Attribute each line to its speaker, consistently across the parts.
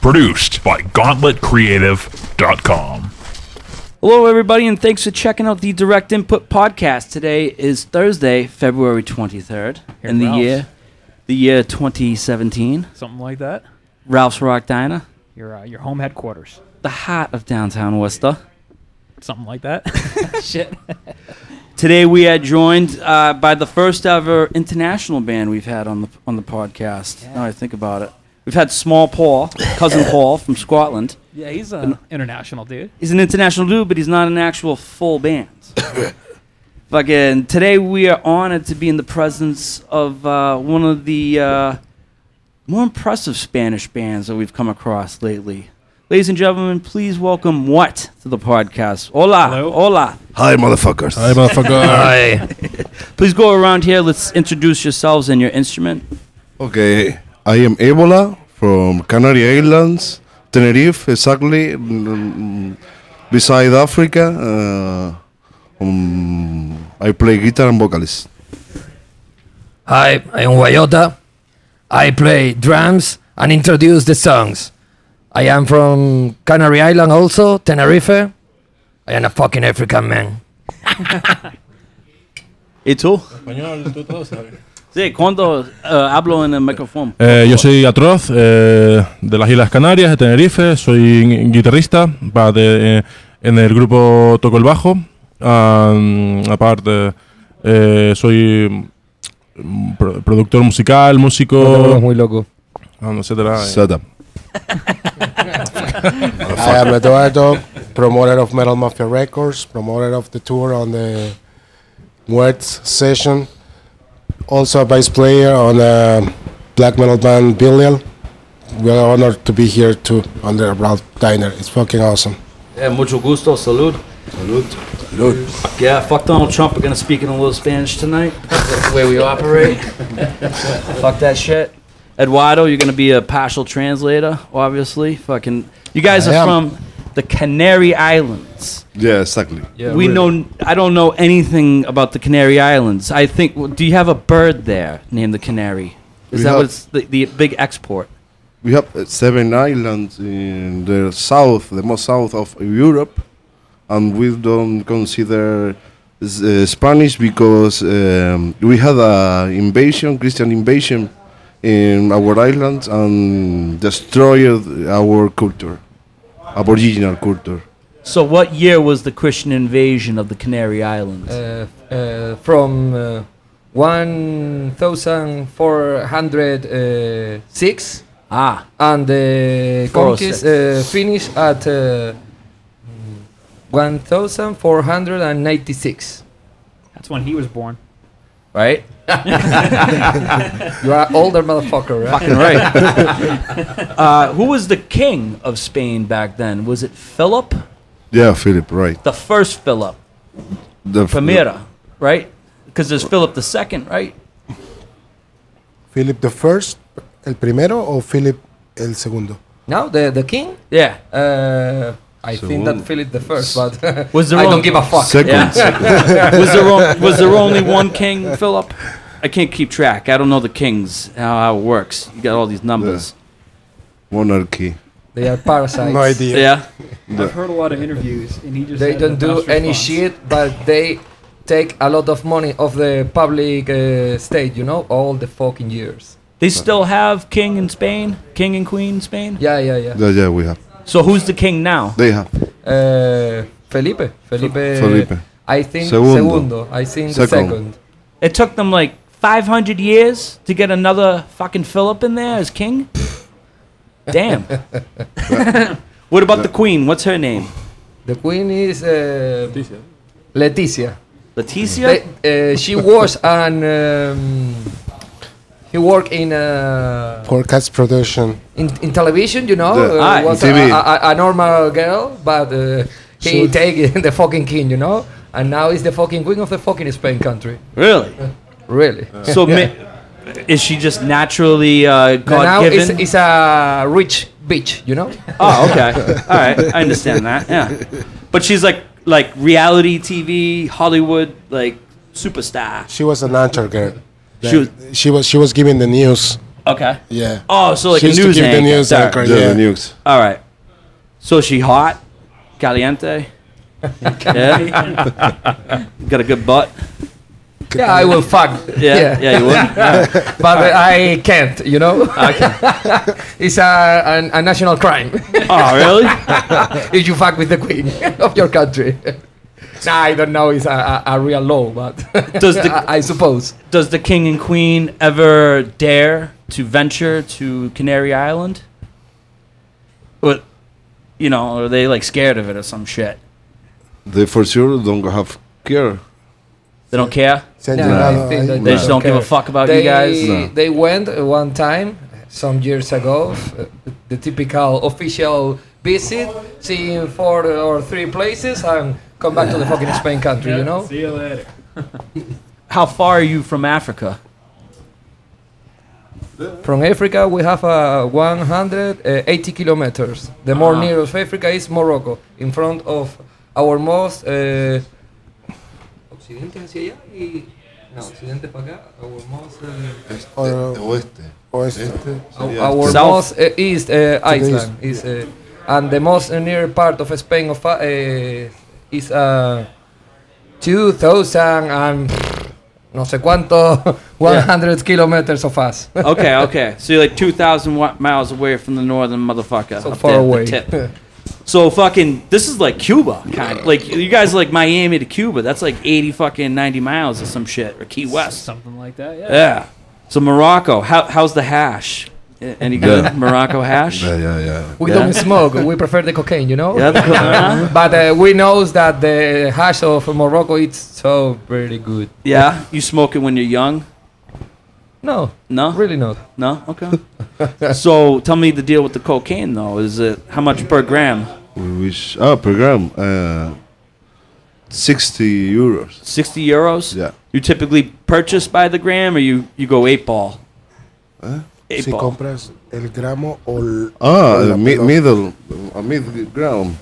Speaker 1: Produced by GauntletCreative.com.
Speaker 2: Hello, everybody, and thanks for checking out the Direct Input podcast. Today is Thursday, February 23rd, in the
Speaker 3: Ralph's.
Speaker 2: year, the year 2017.
Speaker 3: something like that.
Speaker 2: Ralph's Rock Diner,
Speaker 3: Your uh, your home headquarters,
Speaker 2: the heart of downtown Worcester.
Speaker 3: something like that.
Speaker 2: Shit. Today we are joined uh, by the first ever international band we've had on the on the podcast. Now I think about it, we've had Small Paul, cousin Paul from Scotland.
Speaker 3: yeah, he's an international dude.
Speaker 2: He's an international dude, but he's not an actual full band. Fucking today we are honored to be in the presence of uh, one of the uh, more impressive Spanish bands that we've come across lately. Ladies and gentlemen, please welcome what to the podcast. Hola,
Speaker 3: Hello.
Speaker 2: hola.
Speaker 4: Hi, motherfuckers.
Speaker 5: Hey, motherfucker.
Speaker 4: Hi.
Speaker 2: Please go around here. Let's introduce yourselves and your instrument.
Speaker 4: Okay, I am Ebola from Canary Islands, Tenerife, exactly, mm, beside Africa. Uh, um, I play guitar and vocalist.
Speaker 6: Hi, I'm Guayota. I play drums and introduce the songs. I am from Canary Island also, Tenerife. I am a fucking African man.
Speaker 2: ¿Y tú? Sí, cuando eh, hablo en el micrófono.
Speaker 5: Eh, yo soy Atroz, eh, de las Islas Canarias, de Tenerife. Soy gui- guitarrista. va de- eh, en el grupo toco el bajo. Am, aparte, eh, soy mm, pro- productor musical, músico, Ah,
Speaker 6: loco.
Speaker 5: am, etcétera.
Speaker 4: Shut up.
Speaker 7: I am Eduardo, promoter of Metal Mafia Records, promoter of the tour on the Wet session, also a bass player on the black metal band Billion. We are honored to be here too on the Ralph Diner. It's fucking awesome.
Speaker 2: Eh, mucho gusto, salud. Yeah, fuck Donald Trump. We're gonna speak in a little Spanish tonight. That's the way we operate. fuck that shit. Eduardo, you're gonna be a partial translator, obviously. Fucking, you guys
Speaker 7: I
Speaker 2: are
Speaker 7: am.
Speaker 2: from the Canary Islands.
Speaker 4: Yeah, exactly.
Speaker 2: we know. I don't know anything about the Canary Islands. I think. well, Do you have a bird there named the Canary? Is
Speaker 4: We
Speaker 2: that
Speaker 4: have-
Speaker 2: what's the, the big export?
Speaker 4: We have uh, seven islands in the south, the most south of Europe, and we don't consider s- uh, Spanish because um, we had a invasion, Christian invasion, in our islands and destroyed our culture, Aboriginal culture.
Speaker 2: So, what year was the Christian invasion of the Canary Islands?
Speaker 6: Uh, uh, from uh, 1406
Speaker 2: ah,
Speaker 6: and the
Speaker 2: Four oh
Speaker 6: conquest uh,
Speaker 2: six.
Speaker 6: finished at uh, 1496.
Speaker 3: That's when he was born.
Speaker 2: right.
Speaker 6: You are older motherfucker, right?
Speaker 2: Fucking right. uh, who was the king of Spain back then? Was it Philip?
Speaker 4: Yeah, Philip, right.
Speaker 2: The first Philip,
Speaker 4: The
Speaker 2: Primera, right? Because there's Philip the second, right?
Speaker 7: Philip the First, el primero, or Philip el segundo?
Speaker 6: Now the the king?
Speaker 2: Yeah.
Speaker 6: Uh, I think that
Speaker 4: Segundo.
Speaker 6: Philip the first, but
Speaker 2: Was there
Speaker 6: I
Speaker 2: only-
Speaker 6: don't give a fuck.
Speaker 4: Second.
Speaker 2: Yeah. was there on- was there only one king, Philip? I can't keep track. I don't know the kings how, how it works. You got all these numbers.
Speaker 4: monarchy.
Speaker 6: They are parasites.
Speaker 7: No idea.
Speaker 2: Yeah.
Speaker 3: I've heard a lot of interviews, and he just
Speaker 6: They
Speaker 3: had the
Speaker 6: don't do
Speaker 3: best
Speaker 6: any
Speaker 3: response.
Speaker 6: shit, but they take a lot of money of the public uh, state. You know, all the fucking years.
Speaker 2: They still have king in Spain, king and queen in Spain.
Speaker 6: Yeah, yeah, yeah.
Speaker 4: Yeah, yeah, we have.
Speaker 2: So who's the king now?
Speaker 4: They have.
Speaker 6: Uh, Felipe, Felipe,
Speaker 4: Felipe.
Speaker 6: I think
Speaker 4: Segundo.
Speaker 6: segundo. I think the
Speaker 4: Second.
Speaker 6: second.
Speaker 2: It took them like 500 years to get another fucking Philip in there as king. Damn. what about the queen? What's her name?
Speaker 6: The queen is uh, Leticia.
Speaker 2: Leticia?
Speaker 6: They- uh, she was an. Um, he worked in. Uh,
Speaker 7: Podcast production.
Speaker 6: in, in television, you know,
Speaker 4: Yeah.
Speaker 2: Ah,
Speaker 6: uh, was a,
Speaker 4: TV.
Speaker 6: a, a, a normal girl, but uh, he
Speaker 7: Sure.
Speaker 6: take the fucking king, you know, and now he's the fucking queen of the fucking Spain country.
Speaker 2: Really?
Speaker 6: Really.
Speaker 2: So ma- is she just naturally uh,
Speaker 6: And now
Speaker 2: God
Speaker 6: it's,
Speaker 2: given?
Speaker 6: it's a rich bitch, you know.
Speaker 2: Oh, okay. All right. I understand that. Yeah. But she's like like reality TV, Hollywood, like superstar.
Speaker 7: She was an anchor girl.
Speaker 2: She was-
Speaker 7: she was she was giving the news
Speaker 2: Okay.
Speaker 7: Yeah.
Speaker 2: Oh, so like
Speaker 7: She
Speaker 2: a
Speaker 7: used to
Speaker 2: news
Speaker 7: give the
Speaker 2: anchor.
Speaker 7: news
Speaker 2: Sorry.
Speaker 7: anchor.
Speaker 4: Yeah,
Speaker 7: Yeah.
Speaker 4: the nukes.
Speaker 2: All right. So is she hot? Caliente? yeah. Got a good butt?
Speaker 6: Yeah, I will fuck.
Speaker 2: Yeah. Yeah, you would?
Speaker 6: but uh, I can't, you know. it's a, an- a national crime
Speaker 2: oh, really?
Speaker 6: if you fuck with the queen of your country. nah, I don't know. It's a, a, a real law, but
Speaker 2: Does the-
Speaker 6: I, I suppose.
Speaker 2: Does the king and queen ever dare to venture to Canary Island? What, you know, are they like scared of it or some shit?
Speaker 4: They for sure don't have care.
Speaker 2: They don't care.
Speaker 7: Send
Speaker 6: Yeah,
Speaker 7: you
Speaker 6: I
Speaker 7: another-
Speaker 6: think that
Speaker 2: They just don't give a
Speaker 6: care.
Speaker 2: fuck about
Speaker 6: they,
Speaker 2: you guys.
Speaker 4: No.
Speaker 6: They went uh, one time some years ago, f- uh, the typical official visit, seeing four or three places, and come back to the fucking Spain country, you know.
Speaker 3: See you later.
Speaker 2: How far are you from Africa?
Speaker 6: From Africa, we have uh, 180 kilometers. The more
Speaker 2: Ah.
Speaker 6: nearest Africa is Morocco, in front of our most. Uh, occidente hacia allá y. No, occidente para acá, our most. Uh,
Speaker 7: Or- Oeste.
Speaker 6: our- our
Speaker 2: South.
Speaker 6: most uh, east uh,
Speaker 7: east,
Speaker 6: island is. Uh, and the most near part of Spain of, uh, is uh, 2000 and. No sé cuánto, 100 kilometers of us.
Speaker 2: okay, okay. So you're like 2,000 wa- miles away from the northern motherfucker.
Speaker 6: so
Speaker 2: up
Speaker 6: far
Speaker 2: there, the
Speaker 6: away.
Speaker 2: tip. So fucking, this is like Cuba, kind of. Like you guys are like Miami to Cuba. That's like eighty fucking ninety miles or some shit, or Key West.
Speaker 3: Something like that. Yeah.
Speaker 2: Yeah. So Morocco, how, how's the hash? A- Any good
Speaker 4: Yeah.
Speaker 2: Morocco hash?
Speaker 4: Yeah, yeah, yeah.
Speaker 6: We
Speaker 2: Yeah.
Speaker 6: don't smoke. We prefer the cocaine, you know.
Speaker 2: Yeah, that's good, huh?
Speaker 6: But uh, we knows that the hash of Morocco it's so really good.
Speaker 2: yeah. You smoke it when you're young?
Speaker 6: No,
Speaker 2: No,
Speaker 6: really not.
Speaker 2: no. Okay. so tell me the deal with the cocaine though. Is it how much per gram?
Speaker 4: We wish. Ah, per gram. Uh, 60 euros.
Speaker 2: Sixty euros.
Speaker 4: Yeah.
Speaker 2: You typically purchase by the gram, or you you go eight ball. Eight
Speaker 7: Si
Speaker 2: ball.
Speaker 7: compras el gramo o el-
Speaker 4: Ah,
Speaker 7: o la
Speaker 4: uh, mi-
Speaker 7: pelota.
Speaker 4: middle. A mid ground.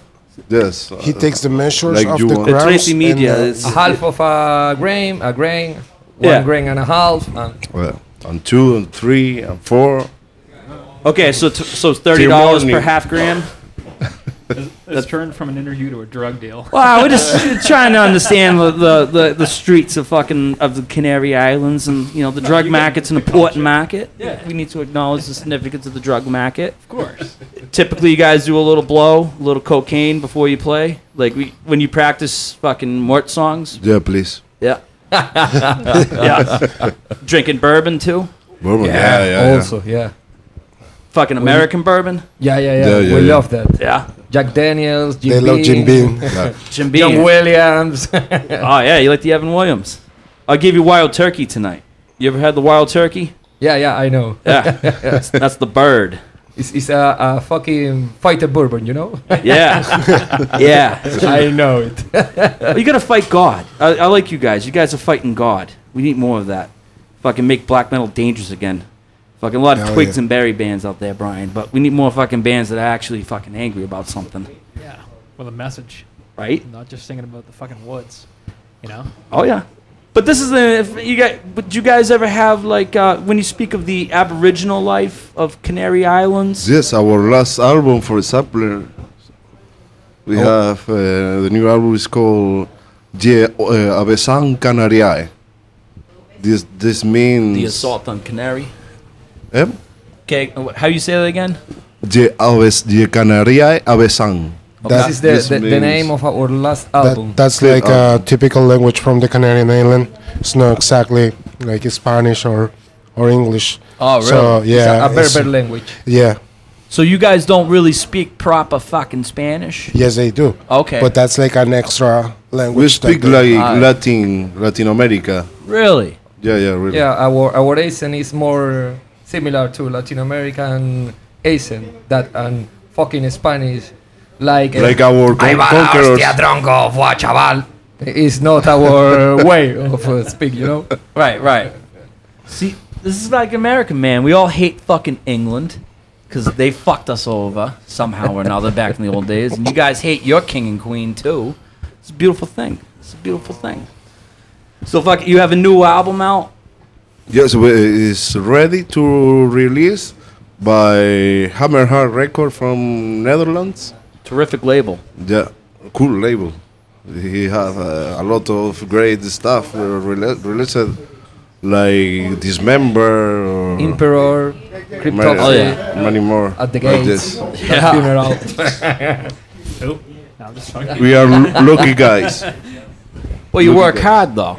Speaker 4: Yes.
Speaker 7: He
Speaker 4: uh,
Speaker 7: takes the measures
Speaker 4: Like
Speaker 7: of
Speaker 4: you
Speaker 7: the
Speaker 4: want.
Speaker 2: The
Speaker 7: grams.
Speaker 2: Tracy
Speaker 7: and
Speaker 2: Media
Speaker 7: the-
Speaker 2: is
Speaker 6: A half of a grain, a grain, one
Speaker 2: Yeah.
Speaker 6: grain and a half. And
Speaker 4: Uh, Well, on two and three and four.
Speaker 2: Okay, so t- so thirty dollars per half gram.
Speaker 3: It's turned from an interview to a drug deal.
Speaker 2: Wow, we're just trying to understand the, the, the, the streets of fucking of the Canary Islands and you know the drug
Speaker 3: you get
Speaker 2: market's an
Speaker 3: the
Speaker 2: important
Speaker 3: culture.
Speaker 2: market.
Speaker 3: Yeah.
Speaker 2: we need to acknowledge the significance of the drug market.
Speaker 3: Of course.
Speaker 2: Typically, you guys do a little blow, a little cocaine before you play. Like we, when you practice fucking Mort songs.
Speaker 4: Yeah, please.
Speaker 2: Yeah. yeah. Drinking bourbon too.
Speaker 4: Bourbon. Yeah, yeah, yeah.
Speaker 6: also, yeah.
Speaker 2: Fucking American bourbon.
Speaker 6: Yeah, yeah, yeah.
Speaker 4: Yeah, yeah,
Speaker 6: we
Speaker 4: yeah.
Speaker 6: love that.
Speaker 2: Yeah.
Speaker 6: Jack Daniels, Jim
Speaker 7: They love Jim Beam.
Speaker 4: Yeah.
Speaker 2: Jim
Speaker 6: John
Speaker 2: Beam.
Speaker 6: Williams.
Speaker 2: Oh yeah, you like the Evan Williams. I'll give you wild turkey tonight. You ever had the wild turkey?
Speaker 6: yeah, yeah, I know.
Speaker 2: Yeah, that's, that's the bird.
Speaker 6: It's, it's a, a fucking fighter bourbon, you know.
Speaker 2: Yeah, yeah.
Speaker 6: I know it.
Speaker 2: You gotta fight God. I, I like you guys. You guys are fighting God. We need more of that. Fucking make black metal dangerous again. Fucking a lot of
Speaker 7: Hell
Speaker 2: twigs
Speaker 7: yeah.
Speaker 2: and berry bands out there, Brian. But we need more fucking bands that are actually fucking angry about something,
Speaker 3: Yeah. With a message,
Speaker 2: right?
Speaker 3: not just singing about the fucking woods. You know.
Speaker 2: Oh yeah. But this is the if you guys. Would you guys ever have like uh, when you speak of the Aboriginal life of Canary Islands?
Speaker 4: Yes, our last album, for example, we have uh, the new album is called Die uh, Avesan Canariae. This this means
Speaker 2: The assault on Canary.
Speaker 4: Eh?
Speaker 2: Okay, how you say that again?
Speaker 4: Die Aves Die Canariae Avesan.
Speaker 6: This
Speaker 7: That-
Speaker 6: is the,
Speaker 4: this
Speaker 6: the, the
Speaker 4: means-
Speaker 6: name of our last album.
Speaker 7: That, that's like a
Speaker 4: um,
Speaker 7: typical language from the Canarian island. It's not exactly like Spanish or or English.
Speaker 6: oh, really?
Speaker 7: So yeah,
Speaker 6: it's a, a
Speaker 7: it's-
Speaker 6: Berber language.
Speaker 7: yeah,
Speaker 2: So you guys don't really speak proper fucking Spanish?
Speaker 7: yes, they do.
Speaker 2: Okay.
Speaker 7: But that's like an extra language.
Speaker 4: We
Speaker 7: that
Speaker 4: speak
Speaker 7: they-
Speaker 4: like
Speaker 2: Ah.
Speaker 4: Latin Latin America.
Speaker 2: really?
Speaker 4: Yeah, yeah, really.
Speaker 6: Yeah, our our accent is more similar to Latin American accent that and fucking Spanish, like.
Speaker 4: Like our con- conquerors.
Speaker 6: tronco, fua, chaval. It's eh, not our way of uh, speak, you know.
Speaker 7: Oh.
Speaker 2: Right, right. See, this is like American man. We all hate fucking England because they fucked us over somehow or another back in the old days, and you guys hate your king and queen too. It's a beautiful thing. It's a beautiful thing. So fuck, you have a new album out.
Speaker 4: Yes, we- it's ready to release by Hammerhard Record from Netherlands.
Speaker 2: Terrific label.
Speaker 4: Yeah, cool label. He has uh, a lot of great stuff uh, rele- released, like Dismember. Or
Speaker 6: Emperor,
Speaker 4: many,
Speaker 6: Cryptopsy,
Speaker 4: many more.
Speaker 6: At the
Speaker 4: like
Speaker 6: Gates.
Speaker 4: this.
Speaker 6: Funeral.
Speaker 3: No, I'm just fucking.
Speaker 4: We are l- lucky guys.
Speaker 2: Well, you
Speaker 4: Look
Speaker 2: work
Speaker 4: at
Speaker 2: hard though.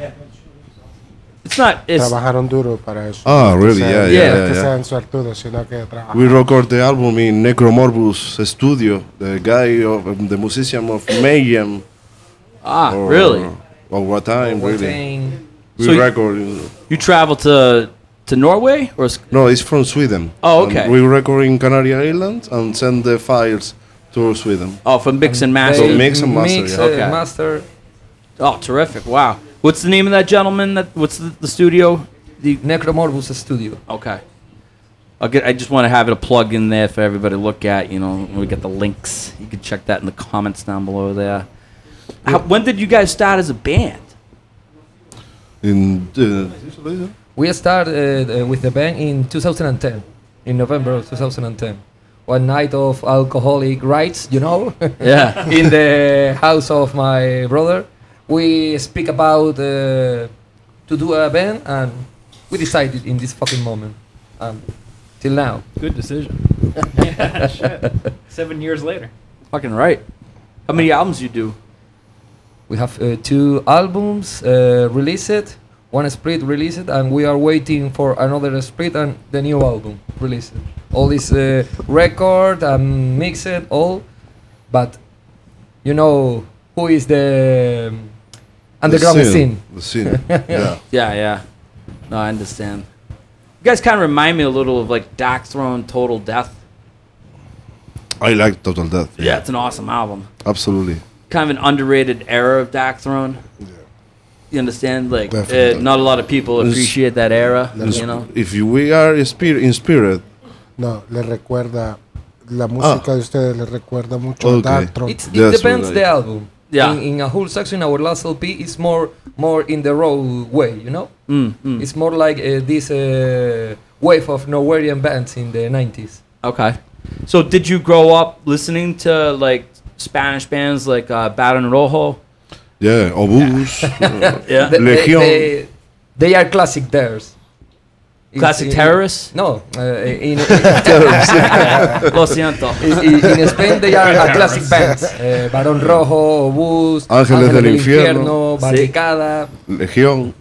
Speaker 2: It's not. It's
Speaker 7: Trabajaron duro para eso.
Speaker 4: Ah, really?
Speaker 7: Que
Speaker 4: Yeah,
Speaker 7: sean-
Speaker 2: yeah,
Speaker 7: Que
Speaker 4: yeah,
Speaker 7: sean suertudos, sino que trabajan.
Speaker 4: We record the album in Necromorbus Studio, the guy of um, the musician of Mayhem.
Speaker 2: ah,
Speaker 4: or-
Speaker 2: really?
Speaker 4: Or what time, really?
Speaker 6: Thing.
Speaker 4: We
Speaker 2: So you-
Speaker 4: record. in-
Speaker 2: You travel to to Norway or s-
Speaker 4: No, it's from Sweden.
Speaker 2: Oh,
Speaker 4: And
Speaker 2: okay.
Speaker 4: we record in Canary Islands and send the files to Sweden.
Speaker 2: oh for mix and master?
Speaker 4: So mix and master,
Speaker 6: Mix,
Speaker 4: yeah.
Speaker 6: uh,
Speaker 2: Okay.
Speaker 6: master.
Speaker 2: Oh, terrific! Wow. What's the name of that gentleman? That what's the, the studio? The
Speaker 6: Necromorbus Studio.
Speaker 2: okay. I'll get, I just want to have it a plug in there for everybody to look at. You know, we got the links. You can check that in the comments down below there. How, when did you guys start as a band?
Speaker 4: In uh,
Speaker 6: We started uh, with the band in 2010, in November of 2010. One night of alcoholic rights, you know,
Speaker 2: Yeah.
Speaker 6: in the house of my brother. We speak about uh, to do a band, and we decided in this fucking moment. Um, till now,
Speaker 3: Good decision. Shit. Seven years later.
Speaker 2: Fucking right. How many albums you do?
Speaker 6: we have uh, two albums uh, released, one split released, and we are waiting for another split and the new album released. All is uh, record and mixed all, but you know who is the um, underground scene.
Speaker 4: The scene. yeah.
Speaker 2: Yeah, yeah. No, I understand. You guys kind of remind me a little of like Dark Throne, Total Death.
Speaker 4: I like Total Death.
Speaker 2: Yeah, it's an awesome album.
Speaker 4: Absolutely.
Speaker 2: Kind of an underrated era of Dark Throne. You understand? Like, uh,
Speaker 4: Definitely.
Speaker 2: not a lot of people
Speaker 4: It's-
Speaker 2: appreciate that era.
Speaker 4: It's-
Speaker 2: You know?
Speaker 4: If you, we are inspired, inspired
Speaker 7: No, le recuerda. La música
Speaker 4: Ah.
Speaker 7: de ustedes le recuerda mucho
Speaker 4: Ok.
Speaker 7: a Darktron.
Speaker 6: It's, it
Speaker 4: That's
Speaker 6: depends
Speaker 4: what I-
Speaker 6: the album.
Speaker 2: Yeah.
Speaker 6: In, in a whole section, our last LP is more more in the raw way, you know.
Speaker 2: Mm, mm.
Speaker 6: It's more like uh, this uh, wave of Norwegian bands in the 90s.
Speaker 2: Okay. So, did you grow up listening to like Spanish bands like uh, Baron Rojo?
Speaker 4: Yeah, Obus. uh,
Speaker 2: Yeah.
Speaker 6: Th- they,
Speaker 4: Legion.
Speaker 6: they- they are classic theirs. It's
Speaker 2: Classic
Speaker 6: in-
Speaker 2: terrorists?
Speaker 6: No, uh, in, in,
Speaker 2: Lo siento.
Speaker 6: in, in Spain they are a classic bands. Uh, Barón Rojo, Obús,
Speaker 4: Ángeles del
Speaker 6: Infierno,
Speaker 4: Infierno.
Speaker 6: Barricada.
Speaker 4: Legion.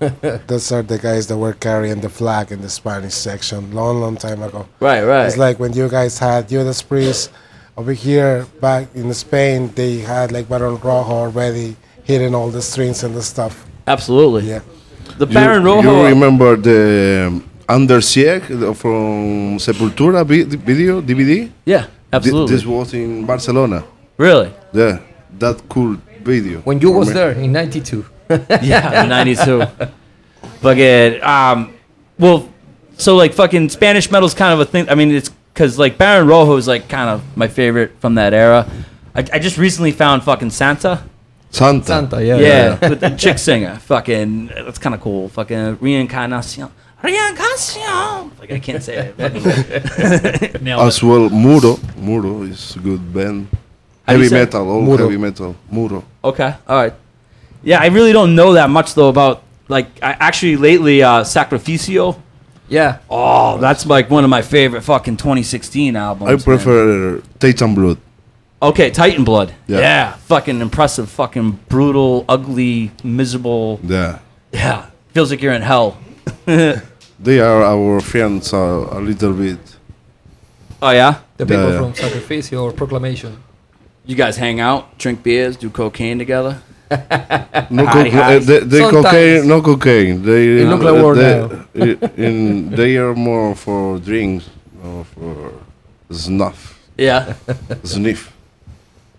Speaker 7: Those are the guys that were carrying the flag in the Spanish section long, long time ago.
Speaker 2: Right, right.
Speaker 7: It's like when you guys had Judas Priest over here back in Spain, they had like Baron Rojo already hitting all the strings and the stuff.
Speaker 2: Absolutely.
Speaker 7: Yeah.
Speaker 2: The
Speaker 4: You-
Speaker 2: Baron Rojo.
Speaker 4: You remember the um, Under Sieg uh, from Sepultura vi- video, DVD? Thi-
Speaker 2: Yeah, absolutely.
Speaker 4: This was in Barcelona.
Speaker 2: really?
Speaker 4: Yeah, that cool video.
Speaker 6: When you
Speaker 4: For
Speaker 6: was
Speaker 4: me.
Speaker 6: there in 92.
Speaker 2: Yeah, in '92. Fucking um, well, so like fucking Spanish metal's kind of a thing. I mean, it's because like Baron Rojo is like kind of my favorite from that era. I, I just recently found fucking Santa.
Speaker 4: Santa.
Speaker 6: Santa, yeah.
Speaker 2: Yeah, with the chick singer. Fucking, that's kind of cool. Fucking reincarnacion. Reincarnacion. Like I can't say it. Fucking-
Speaker 6: Oh,
Speaker 3: Nailed it.
Speaker 4: As well, Muro. Muro is a good band.
Speaker 2: How do you
Speaker 4: Heavy
Speaker 2: say it?
Speaker 4: metal, all
Speaker 7: Muro.
Speaker 4: heavy metal. Muro.
Speaker 2: Okay. All right. Yeah, I really don't know that much though about like I actually lately uh, Sacrificio.
Speaker 6: Yeah.
Speaker 2: Oh, that's like one of my favorite fucking 2016 albums.
Speaker 4: I
Speaker 2: man.
Speaker 4: prefer Titan Blood.
Speaker 2: Okay, Titan Blood. Yeah.
Speaker 4: Yeah.
Speaker 2: Fucking impressive, fucking brutal, ugly, miserable.
Speaker 4: Yeah.
Speaker 2: Yeah. Feels like you're in hell.
Speaker 4: They are our friends uh, a little bit.
Speaker 2: Oh, yeah?
Speaker 6: The people
Speaker 4: yeah.
Speaker 6: from Sacrificio or Proclamation.
Speaker 2: You guys hang out, drink beers, do cocaine together.
Speaker 4: No,
Speaker 2: Hi,
Speaker 4: coca-
Speaker 2: hi.
Speaker 4: uh, they, they
Speaker 6: Sometimes.
Speaker 4: cocaine, no cocaine. They,
Speaker 6: It look like
Speaker 4: uh,
Speaker 6: war
Speaker 4: they,
Speaker 6: now.
Speaker 4: i- in, they are more for drinks, or for snuff,
Speaker 2: Yeah.
Speaker 4: sniff.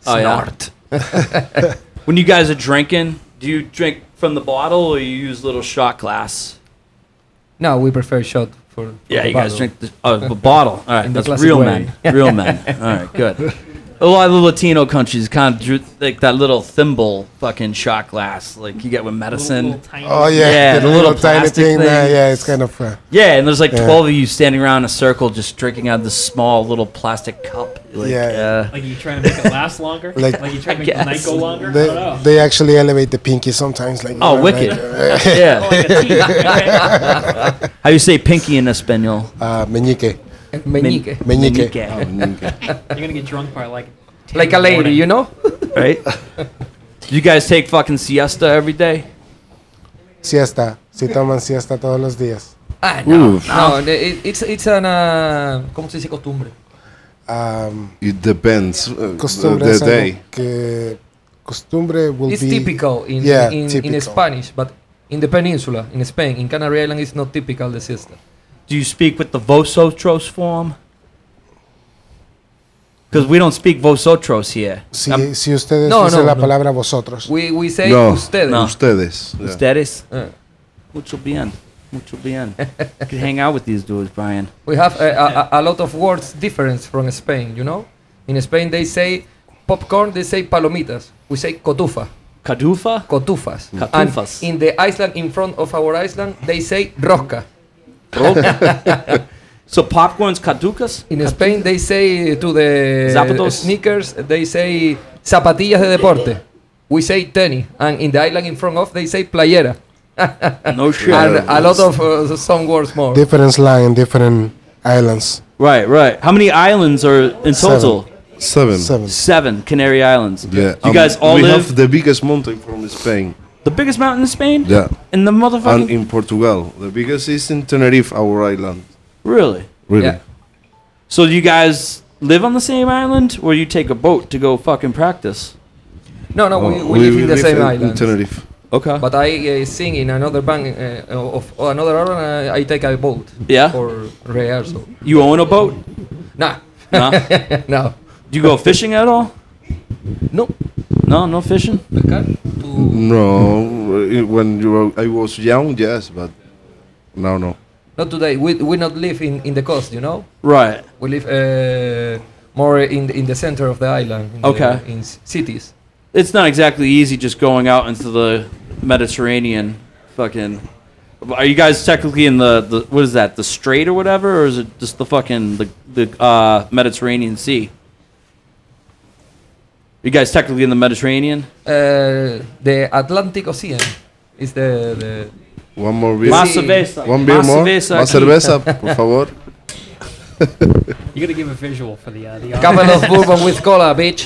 Speaker 2: Oh, yeah. when you guys are drinking, do you drink from the bottle or you use little shot glass?
Speaker 6: No, we prefer shot for. for
Speaker 2: Yeah,
Speaker 6: the
Speaker 2: you guys
Speaker 6: bottle.
Speaker 2: drink the, uh, the bottle. All right,
Speaker 6: In the
Speaker 2: that's
Speaker 6: classic
Speaker 2: real
Speaker 6: way.
Speaker 2: men. Real men. All right, good. a lot of the Latino countries kind of drew like that little thimble fucking shot glass, like you get with medicine.
Speaker 7: Oh yeah,
Speaker 2: Yeah,
Speaker 7: the
Speaker 2: the little
Speaker 7: tiny
Speaker 2: plastic
Speaker 7: thing. there,
Speaker 2: things.
Speaker 7: yeah, it's kind of. Uh,
Speaker 2: Yeah, and there's like
Speaker 7: Yeah.
Speaker 2: 12 of you standing around in a circle just drinking out of this small little plastic cup. Like,
Speaker 7: Yeah.
Speaker 2: yeah.
Speaker 3: Like you trying to make it last longer?
Speaker 7: Like-
Speaker 3: like, you trying to make
Speaker 2: I
Speaker 3: the night
Speaker 2: guess.
Speaker 3: go longer? I
Speaker 7: they,
Speaker 3: don't know.
Speaker 7: they actually elevate the pinky sometimes. Like
Speaker 2: oh,
Speaker 7: uh,
Speaker 2: wicked.
Speaker 7: like,
Speaker 2: yeah.
Speaker 3: Oh, like a teeth, okay.
Speaker 2: How you say pinky in Espanol?
Speaker 7: uh, meñique.
Speaker 6: Eh, Meñique. Oh,
Speaker 7: Meñique.
Speaker 2: Meñique,
Speaker 3: You're gonna get drunk by like ten
Speaker 6: Like a
Speaker 3: in the
Speaker 6: lady,
Speaker 3: morning.
Speaker 6: you know?
Speaker 2: right? Do you guys take fucking siesta every day?
Speaker 7: Siesta. Si toman siesta todos los días.
Speaker 6: Ah, no.
Speaker 4: Uf.
Speaker 6: No, the- it- it's, it's an. Uh, ¿Cómo se dice costumbre?
Speaker 7: Um,
Speaker 4: It depends. Uh,
Speaker 7: costumbre
Speaker 4: the
Speaker 7: es algo
Speaker 4: day.
Speaker 7: que costumbre will
Speaker 6: It's
Speaker 7: be
Speaker 6: typical in,
Speaker 7: Yeah,
Speaker 6: in,
Speaker 7: typical.
Speaker 6: in Spanish, but in the peninsula, in Spain, in Canary Island, it's not typical the siesta.
Speaker 2: Do you speak with the vosotros form? Because we don't speak vosotros here.
Speaker 7: Si,
Speaker 2: Um,
Speaker 7: si ustedes
Speaker 6: No,
Speaker 7: usan
Speaker 6: no,
Speaker 7: la
Speaker 6: no.
Speaker 7: palabra vosotros.
Speaker 6: We, we say
Speaker 4: No.
Speaker 6: ustedes.
Speaker 2: No.
Speaker 4: Ustedes. yeah.
Speaker 2: Ustedes?
Speaker 6: Uh,
Speaker 2: Mucho bien. Mucho bien. You could hang out with these dudes, Brian.
Speaker 6: we have a, a, a- a lot of words difference from Spain, you know? In Spain, they say popcorn, they say palomitas. We say cotufa,
Speaker 2: Cadufa?
Speaker 6: cotufas.
Speaker 2: Cotufas.
Speaker 6: And in the island, in front of our island, they say rosca.
Speaker 2: so popcorn's caducas?
Speaker 6: In Spain, they say to the
Speaker 2: Zapatos.
Speaker 6: sneakers, they say zapatillas de deporte. We say tenis. And in the island in front of, they say playera.
Speaker 2: No shit.
Speaker 6: and a lot of uh, some words more.
Speaker 7: Different line, different islands.
Speaker 2: Right, right. How many islands are in total? Seven.
Speaker 4: Seven.
Speaker 7: Seven.
Speaker 2: Canary Islands.
Speaker 4: Yeah.
Speaker 2: You
Speaker 4: um,
Speaker 2: guys all
Speaker 4: we
Speaker 2: live
Speaker 4: have the biggest mountain from Spain.
Speaker 2: the biggest mountain in Spain?
Speaker 4: Yeah.
Speaker 2: In the motherfucking
Speaker 4: And in Portugal, the biggest is in Tenerife, our island.
Speaker 2: Really?
Speaker 4: Really.
Speaker 6: Yeah.
Speaker 2: So you guys live on the same island or you take a boat to go fucking practice?
Speaker 6: No,
Speaker 4: Oh.
Speaker 6: no, we, we, live in the same island.
Speaker 4: Tenerife.
Speaker 2: Okay.
Speaker 6: But I uh, sing in another band uh, of of another island. Uh, I take a boat.
Speaker 2: Yeah?
Speaker 6: For rehearsal.
Speaker 2: You own a boat?
Speaker 6: Nah,
Speaker 2: No. Do
Speaker 6: no,
Speaker 2: you go fishing at all?
Speaker 6: no.
Speaker 2: No, no fishing.
Speaker 6: Pescar to
Speaker 4: No, uh, when you were, I was young, yes, but now no.
Speaker 6: not today. We we not live in, in the coast. You know,
Speaker 2: Right.
Speaker 6: we live uh, more in the, in the center of the island. in the-
Speaker 2: Okay.
Speaker 6: in c- cities.
Speaker 2: It's not exactly easy just going out into the Mediterranean fucking are you guys technically in the, the what is that the strait or whatever or is it just the fucking the, the uh, mediterranean sea you guys technically in the mediterranean
Speaker 6: Uh, the Atlantic Ocean is the, the
Speaker 4: One more beer.
Speaker 2: Más
Speaker 6: Sí.
Speaker 2: cerveza.
Speaker 4: One beer
Speaker 2: Más
Speaker 4: more.
Speaker 2: cerveza
Speaker 4: Más
Speaker 2: aquí.
Speaker 4: cerveza, por favor.
Speaker 3: You gotta give a visual for the uh, the
Speaker 6: couple
Speaker 3: audience.
Speaker 6: of bourbon with cola, bitch.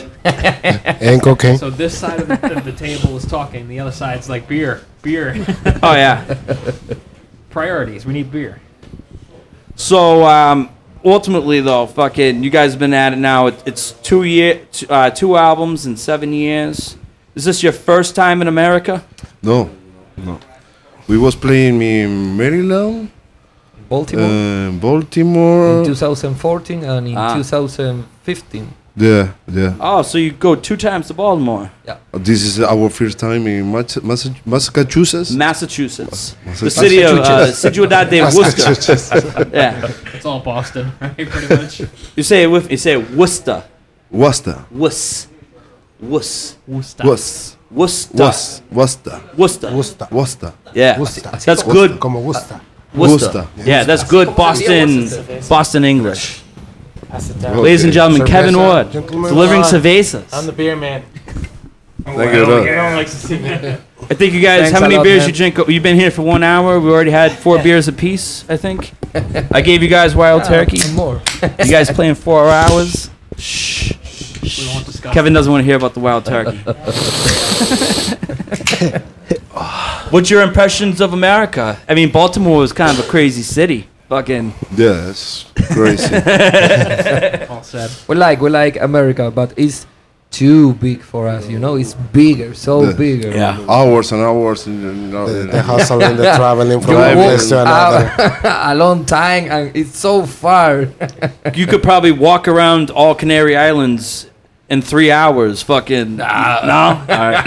Speaker 7: And cocaine.
Speaker 3: So this side of the, of the table is talking, the other side's like beer, beer.
Speaker 2: oh yeah
Speaker 3: Priorities. We need beer.
Speaker 2: So um, ultimately, though, fucking, you guys have been at it now. It, it's two year, t- uh, two albums in seven years. Is this your first time in America?
Speaker 4: No, no. We was playing in Maryland,
Speaker 6: Baltimore
Speaker 4: uh,
Speaker 6: in
Speaker 4: Baltimore.
Speaker 6: 2014 and in
Speaker 2: Ah.
Speaker 6: 2015.
Speaker 4: Yeah, yeah.
Speaker 2: Oh, so you go two times to Baltimore,
Speaker 4: This is our first time in Massa- Massa- Massachusetts.
Speaker 2: Massachusetts, the city of uh, Ciudad de Worcester. yeah,
Speaker 3: It's all Boston, right? Pretty much.
Speaker 2: you say it with you say it Worcester,
Speaker 4: Wasta.
Speaker 2: Wuss, Wuss,
Speaker 3: Worcester.
Speaker 4: Was.
Speaker 2: Worcester,
Speaker 4: Was. Wasta.
Speaker 2: Worcester.
Speaker 7: Gusta.
Speaker 4: Wasta.
Speaker 2: Yeah,
Speaker 7: Worcester.
Speaker 2: that's good.
Speaker 7: Como gusta.
Speaker 2: Worcester.
Speaker 4: Worcester.
Speaker 2: Yeah, that's good Boston Boston English. Ladies and gentlemen, Kevin
Speaker 7: Cerveza,
Speaker 2: Ward
Speaker 7: gentlemen.
Speaker 2: delivering
Speaker 1: Uh, I'm
Speaker 2: cervezas.
Speaker 1: the beer man.
Speaker 4: Thank you.
Speaker 1: I
Speaker 4: Lord.
Speaker 1: don't like to see that.
Speaker 2: I think you guys.
Speaker 6: Thanks
Speaker 2: How
Speaker 6: a
Speaker 2: many
Speaker 6: lot,
Speaker 2: beers
Speaker 6: man.
Speaker 2: you drink? Oh, You've been here for one hour. We already had four beers apiece. I think. I gave you guys wild turkey.
Speaker 6: And more.
Speaker 2: You guys playing four hours? Shh.
Speaker 3: We won't discuss.
Speaker 2: Kevin doesn't want to hear about the wild turkey. What's your impressions of America? I mean, Baltimore was kind of a crazy city. Fucking.
Speaker 4: Yes. Crazy.
Speaker 3: All said.
Speaker 6: We like we like America, but it's too big for us. You know, it's bigger, so
Speaker 4: Yeah.
Speaker 6: bigger.
Speaker 4: hours and hours. In, in,
Speaker 7: The,
Speaker 4: in,
Speaker 7: the hustle and the traveling from
Speaker 6: You
Speaker 7: one
Speaker 4: Driving.
Speaker 6: walk
Speaker 7: place to another.
Speaker 6: a long time, and it's so far.
Speaker 2: You could probably walk around all Canary Islands in three hours. Fucking. No? All right.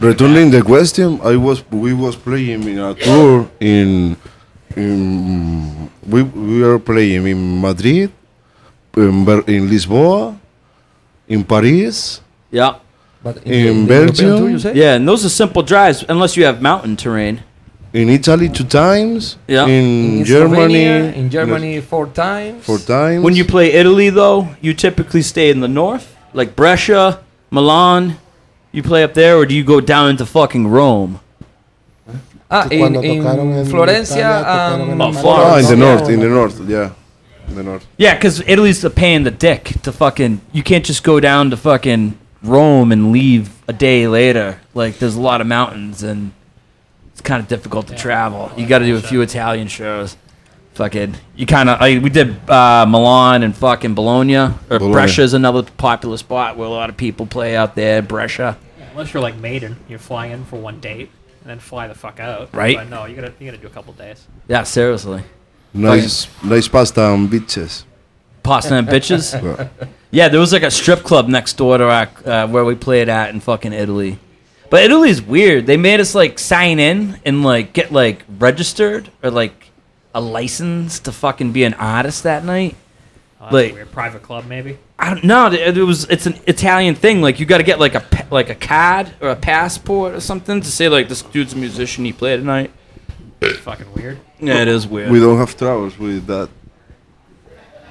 Speaker 4: Returning the question, I was we was playing in a tour in in we we are playing in Madrid, in, Ber- in Lisboa, in Paris,
Speaker 2: Yeah.
Speaker 6: But
Speaker 4: in
Speaker 6: the European
Speaker 4: Belgium?
Speaker 6: tour, you say?
Speaker 2: Yeah, and those are simple drives unless you have mountain terrain.
Speaker 4: in Italy two times,
Speaker 2: Yeah.
Speaker 4: in,
Speaker 6: In
Speaker 4: Germany,
Speaker 6: Slovenia, in Germany four times.
Speaker 4: four times.
Speaker 2: When you play Italy, though, you typically stay in the north, like Brescia, Milan. You play up there, or do you go down into fucking Rome?
Speaker 6: Ah, in,
Speaker 7: Cuando
Speaker 6: in
Speaker 7: tocaron en
Speaker 6: Florencia um,
Speaker 7: Italia, tocaron
Speaker 6: and
Speaker 7: en
Speaker 2: Oh,
Speaker 7: Madrid.
Speaker 2: Florence.
Speaker 4: ah, in the
Speaker 7: Yeah,
Speaker 4: north, in the north, yeah, in the north.
Speaker 2: Yeah, because Italy's a pain in the dick to fucking. You can't just go down to fucking Rome and leave a day later. Like, there's a lot of mountains, and it's kind of difficult to travel. You got to do a few Italian shows. Fucking, you kind of. I we did uh, Milan and fucking Bologna. Or
Speaker 4: Bologna.
Speaker 2: Brescia's another popular spot where a lot of people play out there. Brescia.
Speaker 1: Unless you're like Maiden, you're flying in for one date and then fly the fuck out.
Speaker 2: Right.
Speaker 1: But no, you gotta you gotta do a couple days.
Speaker 2: Yeah, seriously.
Speaker 4: Nice, nice pasta and beaches.
Speaker 2: Pasta and bitches.
Speaker 4: Yeah.
Speaker 2: Yeah, there was like a strip club next door to our, uh, where we played at in fucking Italy. But Italy's weird. They made us like sign in and like get like registered or like a license to fucking be an artist that night.
Speaker 1: Oh, that's
Speaker 2: Like-
Speaker 1: weird. Private club maybe.
Speaker 2: I don't know. It it was it's an Italian thing. Like you got to get like a pa- like a card or a passport or something to say like this dude's a musician. He played tonight.
Speaker 1: It's fucking weird.
Speaker 2: Yeah, it is weird.
Speaker 4: We don't have troubles with that.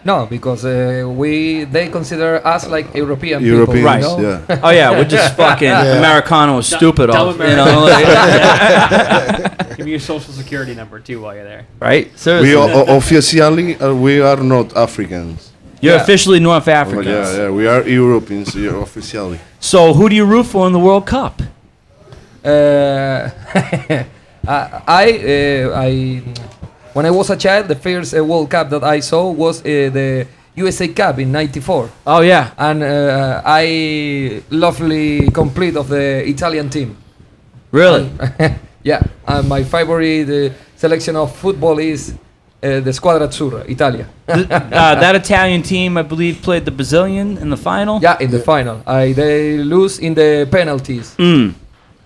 Speaker 6: No, because uh, we they consider us like European people.
Speaker 4: Europeans,
Speaker 6: you
Speaker 2: Right.
Speaker 6: know?
Speaker 4: yeah.
Speaker 2: oh yeah, we're just fucking Americano is
Speaker 1: Dumb-
Speaker 2: stupid.
Speaker 1: dumb
Speaker 2: all, you
Speaker 1: American.
Speaker 2: know, like-
Speaker 1: Give me your social security number too while you're there.
Speaker 2: right? Seriously,
Speaker 4: we are, o- officially uh, we are not Africans.
Speaker 2: you're
Speaker 6: Yeah.
Speaker 2: officially North
Speaker 4: Oh,
Speaker 2: Africans.
Speaker 4: yeah, yeah, we are Europeans yeah, officially.
Speaker 2: So who do you root for in the World Cup?
Speaker 6: Uh, I uh, I when I was a child, the first uh, World Cup that I saw was uh, the USA Cup in '94,
Speaker 2: Oh yeah,
Speaker 6: and uh, I lovely complete of the Italian team.
Speaker 2: really?
Speaker 6: yeah, and my favorite uh, selection of football is uh, the Squadra Azzurra, Italia.
Speaker 2: Th- uh, that Italian team, I believe, played the Brazilian in the final.
Speaker 6: Yeah, in the final, I they lose in the penalties.
Speaker 2: Mm.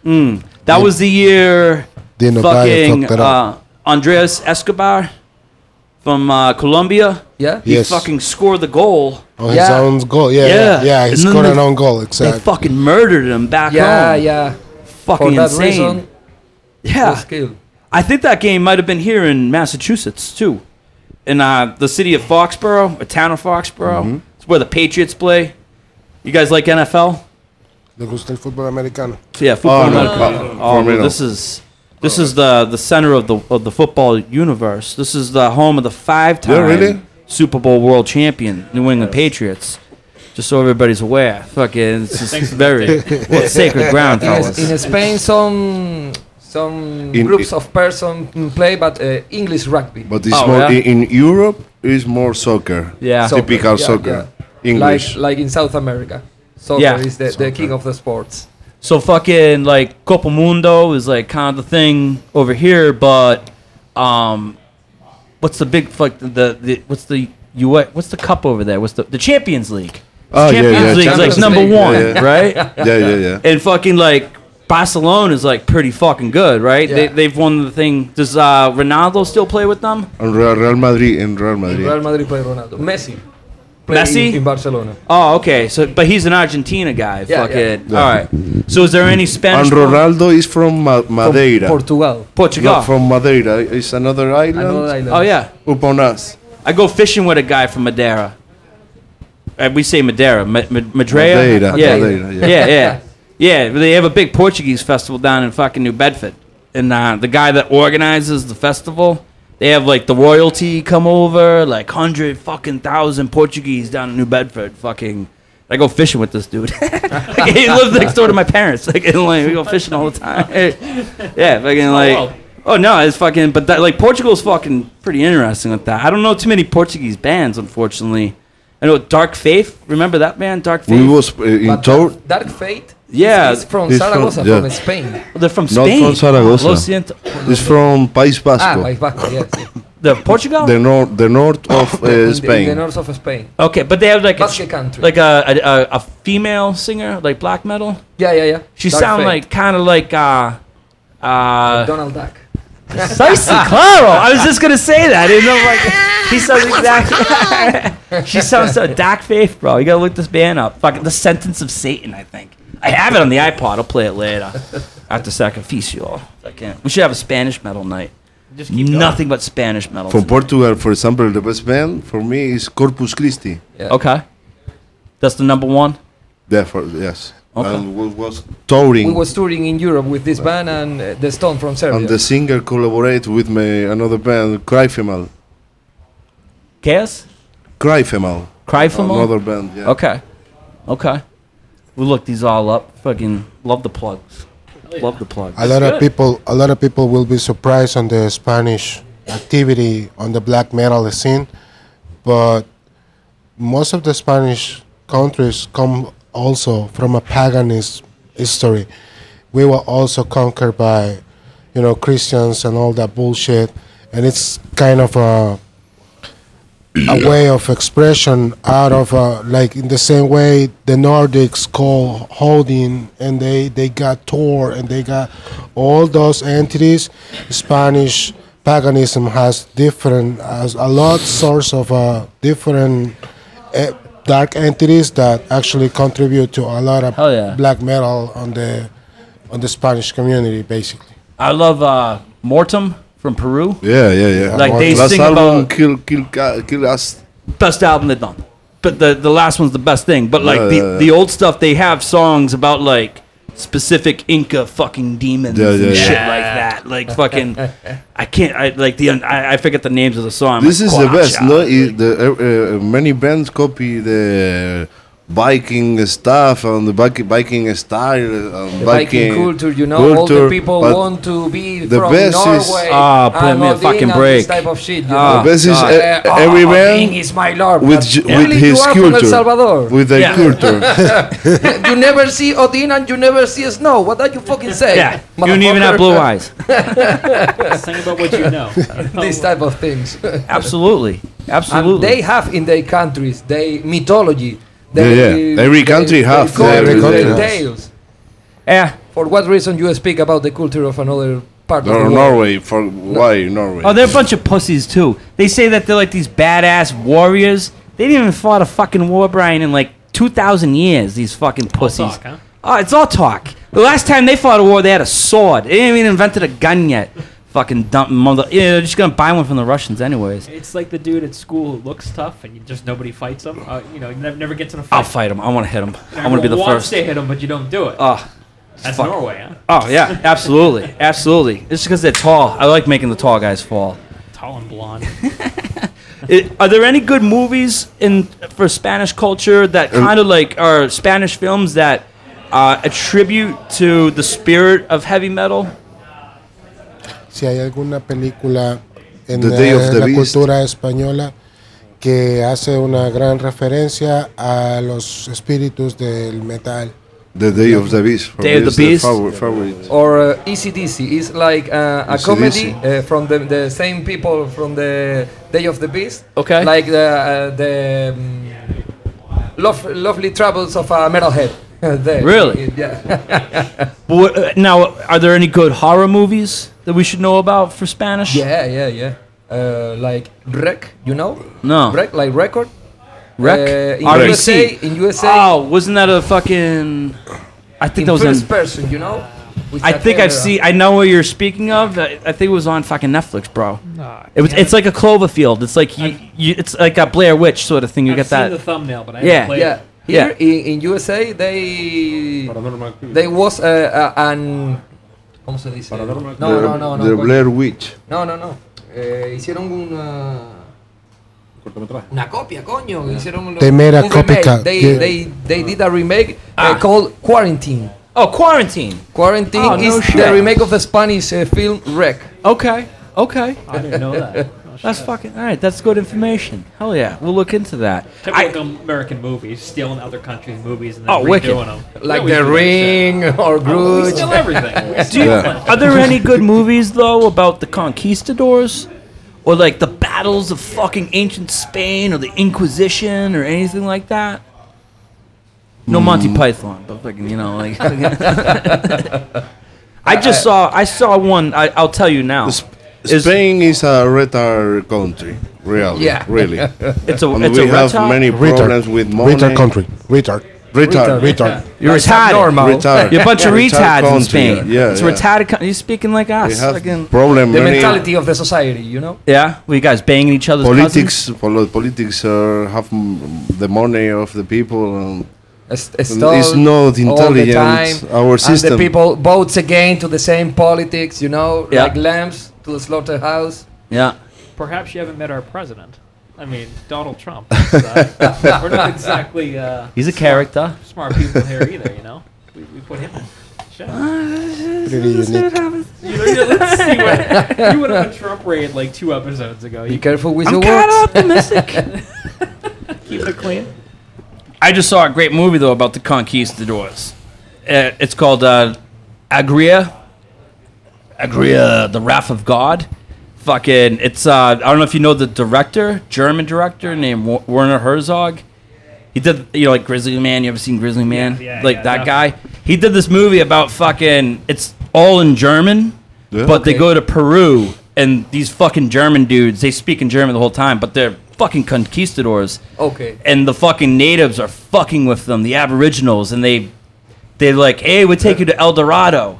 Speaker 2: Mm. That was the year
Speaker 7: Dino Bayo
Speaker 2: fucking
Speaker 7: fucked it up.
Speaker 2: uh, Andreas Escobar from uh, Colombia.
Speaker 6: Yeah,
Speaker 2: He
Speaker 7: Yes.
Speaker 2: fucking scored the goal.
Speaker 7: on his
Speaker 6: yeah.
Speaker 7: own goal. Yeah,
Speaker 2: Yeah.
Speaker 7: yeah, yeah. he
Speaker 2: And then
Speaker 7: scored
Speaker 2: they-
Speaker 7: an own goal.
Speaker 2: They
Speaker 7: Exactly.
Speaker 2: fucking murdered him back
Speaker 6: yeah,
Speaker 2: home.
Speaker 6: yeah.
Speaker 2: Fucking
Speaker 6: For that
Speaker 2: insane.
Speaker 6: reason,
Speaker 2: yeah.
Speaker 6: was killed.
Speaker 2: I think that game might have been here in Massachusetts too, in uh, the city of Foxborough, a town of Foxborough.
Speaker 4: Mm-hmm.
Speaker 2: It's where the Patriots play. You guys like NFL?
Speaker 7: Le gusta el fútbol americano.
Speaker 2: Yeah, football.
Speaker 4: Oh, no,
Speaker 2: America.
Speaker 4: pa-
Speaker 2: Oh,
Speaker 4: for me,
Speaker 2: well,
Speaker 4: no.
Speaker 2: this is this is the the center of the of the football universe. This is the home of the five time
Speaker 4: Yeah, really?
Speaker 2: Super Bowl world champion New England Patriots. Just so everybody's aware, fucking, it's just
Speaker 1: Thanks for
Speaker 2: very well, it's sacred ground,
Speaker 6: in,
Speaker 2: fellas.
Speaker 6: in Spain some some
Speaker 4: In-
Speaker 6: groups of person play but uh, English rugby
Speaker 4: But it's
Speaker 2: Oh,
Speaker 4: more
Speaker 2: yeah?
Speaker 4: i- in, Europe. It's more soccer.
Speaker 2: Yeah.
Speaker 6: Soccer,
Speaker 4: typical
Speaker 6: yeah,
Speaker 4: soccer.
Speaker 6: like
Speaker 4: English.
Speaker 6: like in South America soccer
Speaker 2: Yeah.
Speaker 6: is the, the king of the sports
Speaker 2: So fucking like Copa Mundo is like kind of the thing over here, but um, what's the big fuck the, the what's the you what what's the cup over there? What's the the Champions League?
Speaker 4: oh yeah,
Speaker 2: Champions
Speaker 4: yeah.
Speaker 2: League's like
Speaker 6: Champions
Speaker 2: number
Speaker 6: League.
Speaker 2: one,
Speaker 4: Yeah, yeah.
Speaker 2: right?
Speaker 4: yeah, yeah, yeah.
Speaker 2: And fucking like Barcelona is like pretty fucking good, right? They,
Speaker 6: Yeah.
Speaker 2: they've won the thing. Does uh, Ronaldo still play with them?
Speaker 4: And Real Real Madrid in Real Madrid.
Speaker 6: Real Madrid play Ronaldo Messi play
Speaker 2: Messi?
Speaker 6: in, in Barcelona
Speaker 2: Oh, okay. So, but he's an Argentina guy.
Speaker 6: Yeah,
Speaker 2: Fuck
Speaker 6: yeah.
Speaker 2: it. All right. So, is there any Spanish?
Speaker 4: and Ronaldo is from Ma-
Speaker 6: From
Speaker 4: Madeira.
Speaker 6: Portugal
Speaker 2: Portugal.
Speaker 4: Not from Madeira. It's another island,
Speaker 6: another island
Speaker 2: oh yeah.
Speaker 4: up on us.
Speaker 2: I go fishing with a guy from Madeira. Uh, we say Madeira, Ma- Ma- Madrea.
Speaker 4: Madeira.
Speaker 2: Yeah.
Speaker 4: Madeira, yeah.
Speaker 2: yeah, yeah, yeah. They have a big Portuguese festival down in fucking New Bedford, and uh, the guy that organizes the festival, they have like the royalty come over, like hundred fucking thousand Portuguese down in New Bedford. Fucking, I go fishing with this dude. Like, he lives next door to my parents. Like, and, like we go fishing all the time. yeah, fucking
Speaker 1: world.
Speaker 2: like. Oh no, it's fucking. But that like Portugal's fucking pretty interesting with that. I don't know too many Portuguese bands, unfortunately. I know Dark Faith. Remember that band, Dark Faith?
Speaker 4: We was uh, in
Speaker 6: But
Speaker 4: Tor.
Speaker 6: Dark- Dark Fate
Speaker 2: Yeah.
Speaker 6: is, is from
Speaker 4: It's from-
Speaker 6: Zaragoza
Speaker 4: yeah.
Speaker 6: from, Spain
Speaker 2: Oh, They're from
Speaker 4: Not
Speaker 2: Spain.
Speaker 4: from Zaragoza.
Speaker 2: Lo siento.
Speaker 4: It's from Eh, País
Speaker 6: ah
Speaker 4: Vasco,
Speaker 6: País Vasco yes
Speaker 2: They're Portugal.
Speaker 4: the north, the north of
Speaker 6: In the-
Speaker 4: uh,
Speaker 6: in the
Speaker 4: Spain.
Speaker 6: north of Spain
Speaker 2: okay, but they have like a,
Speaker 6: Basque country
Speaker 2: like a, a, a a female singer, like black metal.
Speaker 6: yeah yeah yeah
Speaker 2: She
Speaker 6: Dark
Speaker 2: sound
Speaker 6: Fate.
Speaker 2: like kind of like uh uh
Speaker 6: Donald Duck
Speaker 2: Precisely, claro. I was just gonna say that. I didn't know like he sounds exactly. she sounds so Doc Faith, bro. You gotta look this band up. Fucking the sentence of Satan. I think I have it on the iPod. I'll play it later after sacrificio. I can't. We should have a Spanish metal night.
Speaker 3: Just keep going.
Speaker 2: Nothing but Spanish metal.
Speaker 4: From
Speaker 2: tonight.
Speaker 4: Portugal, for example, the best band for me is Corpus Christi.
Speaker 2: Okay, that's the number one.
Speaker 4: Therefore, yes.
Speaker 2: Okay.
Speaker 4: And we was touring.
Speaker 6: We was touring in Europe with this band and uh, the Stone from Serbia.
Speaker 4: and the singer collaborate with me another band, Cryfemal.
Speaker 2: Chaos,
Speaker 4: Cryfemal.
Speaker 2: cry for more.
Speaker 4: Another band. Yeah.
Speaker 2: Okay. Okay. We looked these all up. Fucking love the plugs. Love the plugs.
Speaker 7: A lot of people, a lot of people will be surprised on the Spanish activity on the black metal scene, but most of the Spanish countries come also from a paganist history. We were also conquered by, you know, Christians and all that bullshit, and it's kind of a a way of expression out of uh, like in the same way the Nordics call holding and they they got Thor and they got all those entities. Spanish paganism has different has a lot source of uh, different uh, dark entities that actually contribute to a lot of
Speaker 2: Hell yeah.
Speaker 7: black metal on the on the Spanish community basically.
Speaker 2: I love uh, Mortem from Peru.
Speaker 4: Yeah, yeah, yeah.
Speaker 2: Like, they
Speaker 4: last
Speaker 2: sing
Speaker 4: album,
Speaker 2: about-
Speaker 4: kill, kill, Ca- kill us.
Speaker 6: Oh,
Speaker 2: Best album they've done. But the, the last one's the best thing. But like
Speaker 4: Yeah, yeah,
Speaker 2: the,
Speaker 4: yeah.
Speaker 2: the old stuff, they have songs about like specific Inca fucking demons
Speaker 4: Yeah, yeah,
Speaker 2: and
Speaker 4: yeah.
Speaker 2: shit like that. Like fucking, I can't. I like the I, I forget the names of the song.
Speaker 4: This
Speaker 2: Like,
Speaker 4: is the best.
Speaker 2: Quacha.
Speaker 4: No, I- the, uh, uh, many bands copy the Viking stuff and the Vik- Viking style and
Speaker 6: the Viking, culture, you know, all the
Speaker 4: culture,
Speaker 6: people
Speaker 4: but
Speaker 6: want to be
Speaker 4: the
Speaker 6: from
Speaker 4: best
Speaker 6: Norway.
Speaker 4: is-
Speaker 2: Ah, put
Speaker 6: and
Speaker 2: me a
Speaker 6: Odin
Speaker 2: fucking
Speaker 6: and
Speaker 2: break.
Speaker 6: This type of shit, you
Speaker 2: Ah,
Speaker 6: know?
Speaker 4: The best is
Speaker 2: God.
Speaker 4: e-
Speaker 6: Uh,
Speaker 4: every
Speaker 6: oh,
Speaker 4: man
Speaker 6: Odin is my lord.
Speaker 4: with
Speaker 6: but
Speaker 4: ju- with
Speaker 6: only
Speaker 4: his
Speaker 6: you are from El
Speaker 4: culture,
Speaker 6: Salvador.
Speaker 4: with their
Speaker 2: Yeah.
Speaker 4: culture.
Speaker 6: you never see Odin and you never see snow. What are you fucking saying?
Speaker 2: Yeah, you don't even have
Speaker 6: motherfucker?
Speaker 2: blue eyes.
Speaker 1: Sing about what you know. Oh, You know
Speaker 6: These type of things.
Speaker 2: Absolutely, absolutely.
Speaker 6: And Um, they have in their countries they mythology.
Speaker 4: Yeah, yeah. Every country have
Speaker 6: culture,
Speaker 7: their-
Speaker 6: their
Speaker 7: Every country has.
Speaker 6: tales.
Speaker 2: yeah.
Speaker 6: For what reason you speak about the culture of another part of the
Speaker 4: or
Speaker 6: world?
Speaker 4: Norway for why Norway?
Speaker 2: Oh, they're a bunch of pussies too. They say that they're like these badass warriors. They didn't even fought a fucking war, Brian, in like two thousand years. These fucking pussies.
Speaker 1: talk, huh?
Speaker 2: Oh, it's all talk. The last time they fought a war, they had a sword. They didn't even invented a gun yet. Fucking dumb mother. Yeah, they're just gonna buy one from the Russians anyways.
Speaker 1: It's like the dude at school who looks tough and you just nobody fights him. Uh, you know, you never, never gets in a fight.
Speaker 2: I'll fight them. I want to hit them. I want to
Speaker 1: Everyone
Speaker 2: be the
Speaker 1: wants
Speaker 2: first.
Speaker 1: to hit him, but you don't do it.
Speaker 2: Oh,
Speaker 1: That's
Speaker 2: fuck.
Speaker 1: Norway, huh?
Speaker 2: oh yeah, absolutely, absolutely. It's because they're tall. I like making the tall guys fall.
Speaker 1: Tall and blonde.
Speaker 2: I are there any good movies in for Spanish culture that kind of like are Spanish films that uh, attribute to the spirit of heavy metal?
Speaker 7: si hay alguna película en
Speaker 4: The
Speaker 7: la,
Speaker 4: Day of the
Speaker 7: la
Speaker 4: Beast.
Speaker 7: cultura española que hace una gran referencia a los espíritus del metal.
Speaker 4: the Day of the Beast. for
Speaker 2: Day
Speaker 4: me
Speaker 2: of the
Speaker 4: is the
Speaker 2: Beast?
Speaker 4: favor- favorite.
Speaker 6: Or uh, ECDC is like uh, a
Speaker 2: E
Speaker 4: ECDC.
Speaker 6: comedy uh, from the, the same people from the Day of the Beast.
Speaker 2: Okay.
Speaker 6: Like the uh, the um, love, lovely troubles of a metalhead. There.
Speaker 2: Really?
Speaker 6: Yeah.
Speaker 2: What, uh, now, are there any good horror movies that we should know about for Spanish?
Speaker 6: yeah, yeah, yeah. Uh, like Rec, you know?
Speaker 2: No.
Speaker 6: Rec, like record.
Speaker 2: Rec?
Speaker 6: Uh, in
Speaker 2: REC.
Speaker 6: USA, in USA,
Speaker 2: E Oh, wasn't that a fucking? I think
Speaker 6: in
Speaker 2: that was.
Speaker 6: first
Speaker 2: In,
Speaker 6: person, you know. With
Speaker 2: I
Speaker 6: that
Speaker 2: think I've
Speaker 6: camera.
Speaker 2: seen. I know what you're speaking of. I, I think it was on fucking Netflix, bro. It was. It's like a Cloverfield. It's like you, you. It's like a Blair Witch sort of thing. You
Speaker 1: I've
Speaker 2: get
Speaker 1: seen
Speaker 2: that.
Speaker 1: the thumbnail, but I
Speaker 2: Yeah.
Speaker 1: haven't played
Speaker 6: Yeah,
Speaker 1: it.
Speaker 6: here
Speaker 2: Yeah.
Speaker 6: In, in USA they they was uh, uh, an ¿Cómo se dice? No,
Speaker 4: the,
Speaker 6: no, no, no.
Speaker 4: the
Speaker 6: coño.
Speaker 4: Blair Witch.
Speaker 6: No, no, no. Eh, hicieron una una copia, coño. Hicieron
Speaker 7: They made a
Speaker 6: un remake.
Speaker 7: copycat,
Speaker 6: They,
Speaker 7: yeah.
Speaker 6: they they did a remake uh,
Speaker 2: Ah.
Speaker 6: called Quarantine.
Speaker 2: oh, Quarantine.
Speaker 6: Quarantine
Speaker 2: Oh, no
Speaker 6: is
Speaker 2: shit.
Speaker 6: the remake of the Spanish uh, film Rec.
Speaker 2: Okay. Okay.
Speaker 1: I didn't know that. Oh,
Speaker 2: That's
Speaker 1: shit.
Speaker 2: fucking all right. That's good information. Hell yeah, we'll look into that.
Speaker 1: Typical American movies, stealing other countries' movies and then
Speaker 2: Oh,
Speaker 1: redoing
Speaker 2: wicked.
Speaker 1: them.
Speaker 6: Like
Speaker 1: We
Speaker 6: The
Speaker 1: do that shit.
Speaker 6: Ring
Speaker 2: Oh,
Speaker 6: or
Speaker 1: We
Speaker 6: Grudge.
Speaker 1: steal everything. We
Speaker 2: Do you,
Speaker 1: steal it.
Speaker 2: Are there any good movies though about the conquistadors, or like the battles of fucking ancient Spain, or the Inquisition, or anything like that?
Speaker 4: Mm.
Speaker 2: No Monty Python, but fucking you know
Speaker 4: Uh,
Speaker 2: like. I just saw I saw one. I, I'll tell you now.
Speaker 4: Sp-
Speaker 2: is-
Speaker 4: Spain is a retard country, really.
Speaker 6: Yeah.
Speaker 4: Really.
Speaker 2: It's a
Speaker 4: and
Speaker 2: it's
Speaker 4: we
Speaker 2: a
Speaker 4: have
Speaker 2: retard.
Speaker 4: many
Speaker 7: Retard.
Speaker 4: problems with money.
Speaker 7: Retard country. Retard.
Speaker 4: Retard.
Speaker 7: Retard.
Speaker 2: You're
Speaker 6: That's
Speaker 2: retarded.
Speaker 6: abnormal.
Speaker 4: Retard.
Speaker 2: You're a bunch of
Speaker 4: Retard
Speaker 2: retards in
Speaker 4: country.
Speaker 2: Spain.
Speaker 4: Yeah,
Speaker 2: it's
Speaker 4: yeah.
Speaker 2: retarded. Co- you're speaking like
Speaker 4: We
Speaker 2: us.
Speaker 4: have
Speaker 2: fucking-
Speaker 4: problem.
Speaker 6: The
Speaker 4: many
Speaker 6: mentality of the society, you know?
Speaker 2: yeah, we guys banging each other's cousins.
Speaker 4: Politics, pol- politics are have mm, the money of the people. And
Speaker 6: It's, it's,
Speaker 4: It's
Speaker 6: told
Speaker 4: not
Speaker 6: all the
Speaker 4: intelligent,
Speaker 6: time,
Speaker 4: our system.
Speaker 6: And the people votes again to the same politics, you know,
Speaker 2: Yeah.
Speaker 6: like lambs to the slaughterhouse.
Speaker 2: Yeah.
Speaker 1: Perhaps you haven't met our president. I mean, Donald Trump. Uh, we're not exactly uh,
Speaker 2: He's a character.
Speaker 1: smart people here either, you know? We, we put him in. Shit.
Speaker 7: Pretty unique.
Speaker 1: You know, let's see what, you went on a Trump raid like two episodes ago.
Speaker 6: Be
Speaker 1: You
Speaker 6: careful with your
Speaker 2: I'm
Speaker 6: words.
Speaker 2: kind of optimistic.
Speaker 1: keep it clean.
Speaker 2: I just saw a great movie though about the conquistadors. Uh, it's called uh, Agria. Agria, the Wrath of God. Fucking, it's uh, I don't know if you know the director, German director named Wa- Werner Herzog. He did you know like Grizzly Man. You ever seen Grizzly Man?
Speaker 1: Yeah, yeah,
Speaker 2: like
Speaker 1: yeah,
Speaker 2: that guy.
Speaker 1: definitely.
Speaker 2: He did this movie about fucking. It's all in German,
Speaker 4: Yeah.
Speaker 2: but they
Speaker 6: Okay.
Speaker 2: go to Peru and these fucking German dudes. They speak in German the whole time, but they're fucking conquistadors
Speaker 6: Okay.
Speaker 2: and the fucking natives are fucking with them, the aboriginals, and they they like, hey, we take you to El Dorado,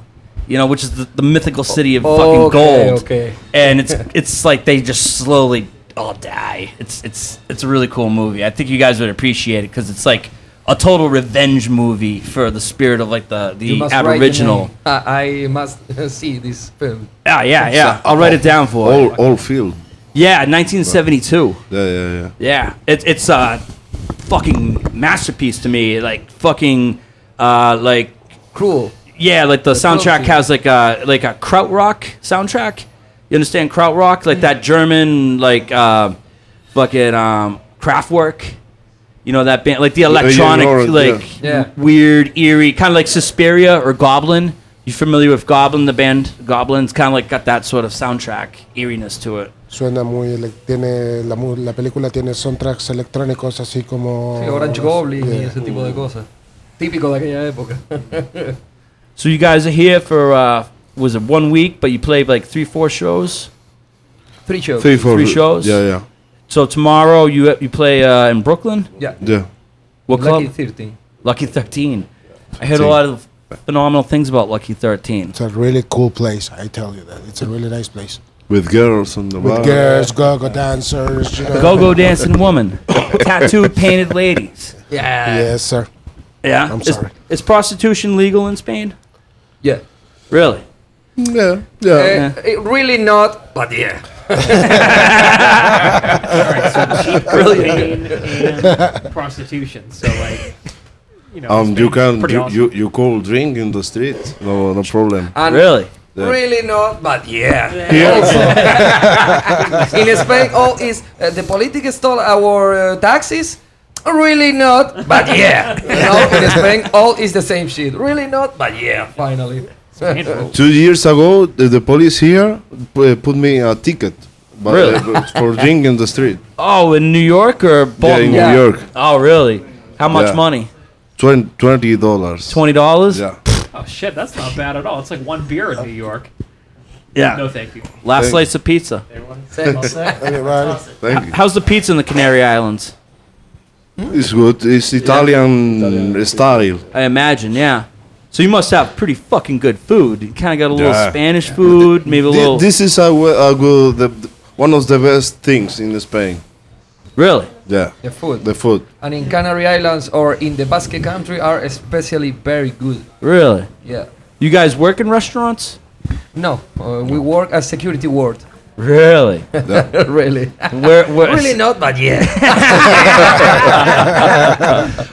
Speaker 2: you know, which is the, the mythical city of fucking
Speaker 6: Oh, Okay,
Speaker 2: gold.
Speaker 6: okay.
Speaker 2: And it's it's like they just slowly all die. It's it's it's a really cool movie. I think you guys would appreciate it because it's like a total revenge movie for the spirit of like the
Speaker 6: You
Speaker 2: the
Speaker 6: must write the
Speaker 2: aboriginal.
Speaker 6: name. Uh, I must see this film.
Speaker 2: Ah, yeah, yeah. I'll write it down for you.
Speaker 4: all, all field.
Speaker 2: Yeah, 1972.
Speaker 4: Yeah, yeah, yeah.
Speaker 2: Yeah, it, it's a fucking masterpiece to me. Like fucking, uh, like
Speaker 6: Cruel.
Speaker 2: yeah, like the soundtrack
Speaker 6: Profi.
Speaker 2: has like a like a krautrock soundtrack. You understand krautrock, like that German like uh, fucking um, Kraftwerk. You know that band, like the
Speaker 4: yeah,
Speaker 2: electronic,
Speaker 4: you're right,
Speaker 2: like
Speaker 6: yeah. Yeah.
Speaker 2: weird, eerie, kind of like Suspiria or Goblin. You familiar with Goblin, the band? Goblin's kind of like got that sort of soundtrack eeriness to it.
Speaker 7: Suena muy. ele- Tiene, la, mu- la película tiene soundtracks electrónicos así como.
Speaker 6: Sí, Orange Goblin y
Speaker 7: Oh, Yeah.
Speaker 6: ese tipo de cosas. Típico de aquella época.
Speaker 2: So you guys are here for uh, was it one week? But you played like three, four shows.
Speaker 6: Three shows.
Speaker 4: Three, four.
Speaker 2: Three shows?
Speaker 4: Yeah, yeah,
Speaker 2: So tomorrow you you play uh, in Brooklyn.
Speaker 6: Yeah.
Speaker 4: yeah.
Speaker 2: What club?
Speaker 6: Lucky 13.
Speaker 2: Lucky Thirteen. I heard a lot of phenomenal things about Lucky Thirteen.
Speaker 7: It's a really cool place, I tell you that. It's a really nice place.
Speaker 4: With girls on the
Speaker 7: With
Speaker 4: bar.
Speaker 7: girls, go-go dancers, you know.
Speaker 2: Go-go dancing woman, tattooed, painted ladies.
Speaker 6: Yeah.
Speaker 7: Yes, sir.
Speaker 2: Yeah,
Speaker 7: I'm
Speaker 2: Is-
Speaker 7: sorry.
Speaker 2: Is, prostitution legal in Spain?
Speaker 6: Yeah.
Speaker 2: Really?
Speaker 4: Yeah,
Speaker 2: Oh,
Speaker 4: yeah.
Speaker 6: Eh, eh, really not, but yeah.
Speaker 1: Really pain and prostitution. So, like, you know.
Speaker 4: Um,
Speaker 1: it's
Speaker 4: you
Speaker 1: been
Speaker 4: can
Speaker 1: pretty
Speaker 4: you,
Speaker 1: awesome.
Speaker 4: you you could drink in the street. No, no problem.
Speaker 2: Uh,
Speaker 6: And
Speaker 2: Really?
Speaker 4: Yeah.
Speaker 6: Really not, but yeah.
Speaker 4: Here,
Speaker 6: In Spain, all is uh, the politics stole our uh, taxes. Really not, but yeah. no, in Spain, all is the same shit. Really not, but yeah. Finally.
Speaker 1: Painful.
Speaker 4: two years ago, the, the police here pu- put me a ticket, but
Speaker 2: Really?
Speaker 4: uh, for drinking in the street.
Speaker 2: Oh, in New York or
Speaker 4: Yeah, in
Speaker 2: Baltimore?
Speaker 4: New York,
Speaker 2: Oh, really? How much
Speaker 4: Yeah.
Speaker 2: money?
Speaker 4: Twen- twenty dollars.
Speaker 2: Twenty dollars?
Speaker 4: Yeah.
Speaker 1: Oh, shit, that's not bad at all. It's like one beer in New York. No, thank you.
Speaker 2: Last
Speaker 4: Thank-
Speaker 2: slice of pizza.
Speaker 7: Everybody.
Speaker 4: Thank you.
Speaker 2: How's the pizza in the Canary Islands?
Speaker 4: It's good. It's Italian, style.
Speaker 2: I imagine, yeah. So you must have pretty fucking good food. You kind of got a little
Speaker 4: Yeah.
Speaker 2: Spanish food, maybe a
Speaker 4: Thi-
Speaker 2: little.
Speaker 4: This is a, we- a good, the, the- one of the best things in Spain.
Speaker 2: really?
Speaker 4: Yeah,
Speaker 6: The food.
Speaker 4: the food.
Speaker 6: and in Canary Islands or in the Basque Country are especially very good.
Speaker 2: Really?
Speaker 6: Yeah.
Speaker 2: You guys work in restaurants?
Speaker 6: No, uh, we work as security ward.
Speaker 2: Really?
Speaker 6: really.
Speaker 2: where, where,
Speaker 6: really not, but yeah.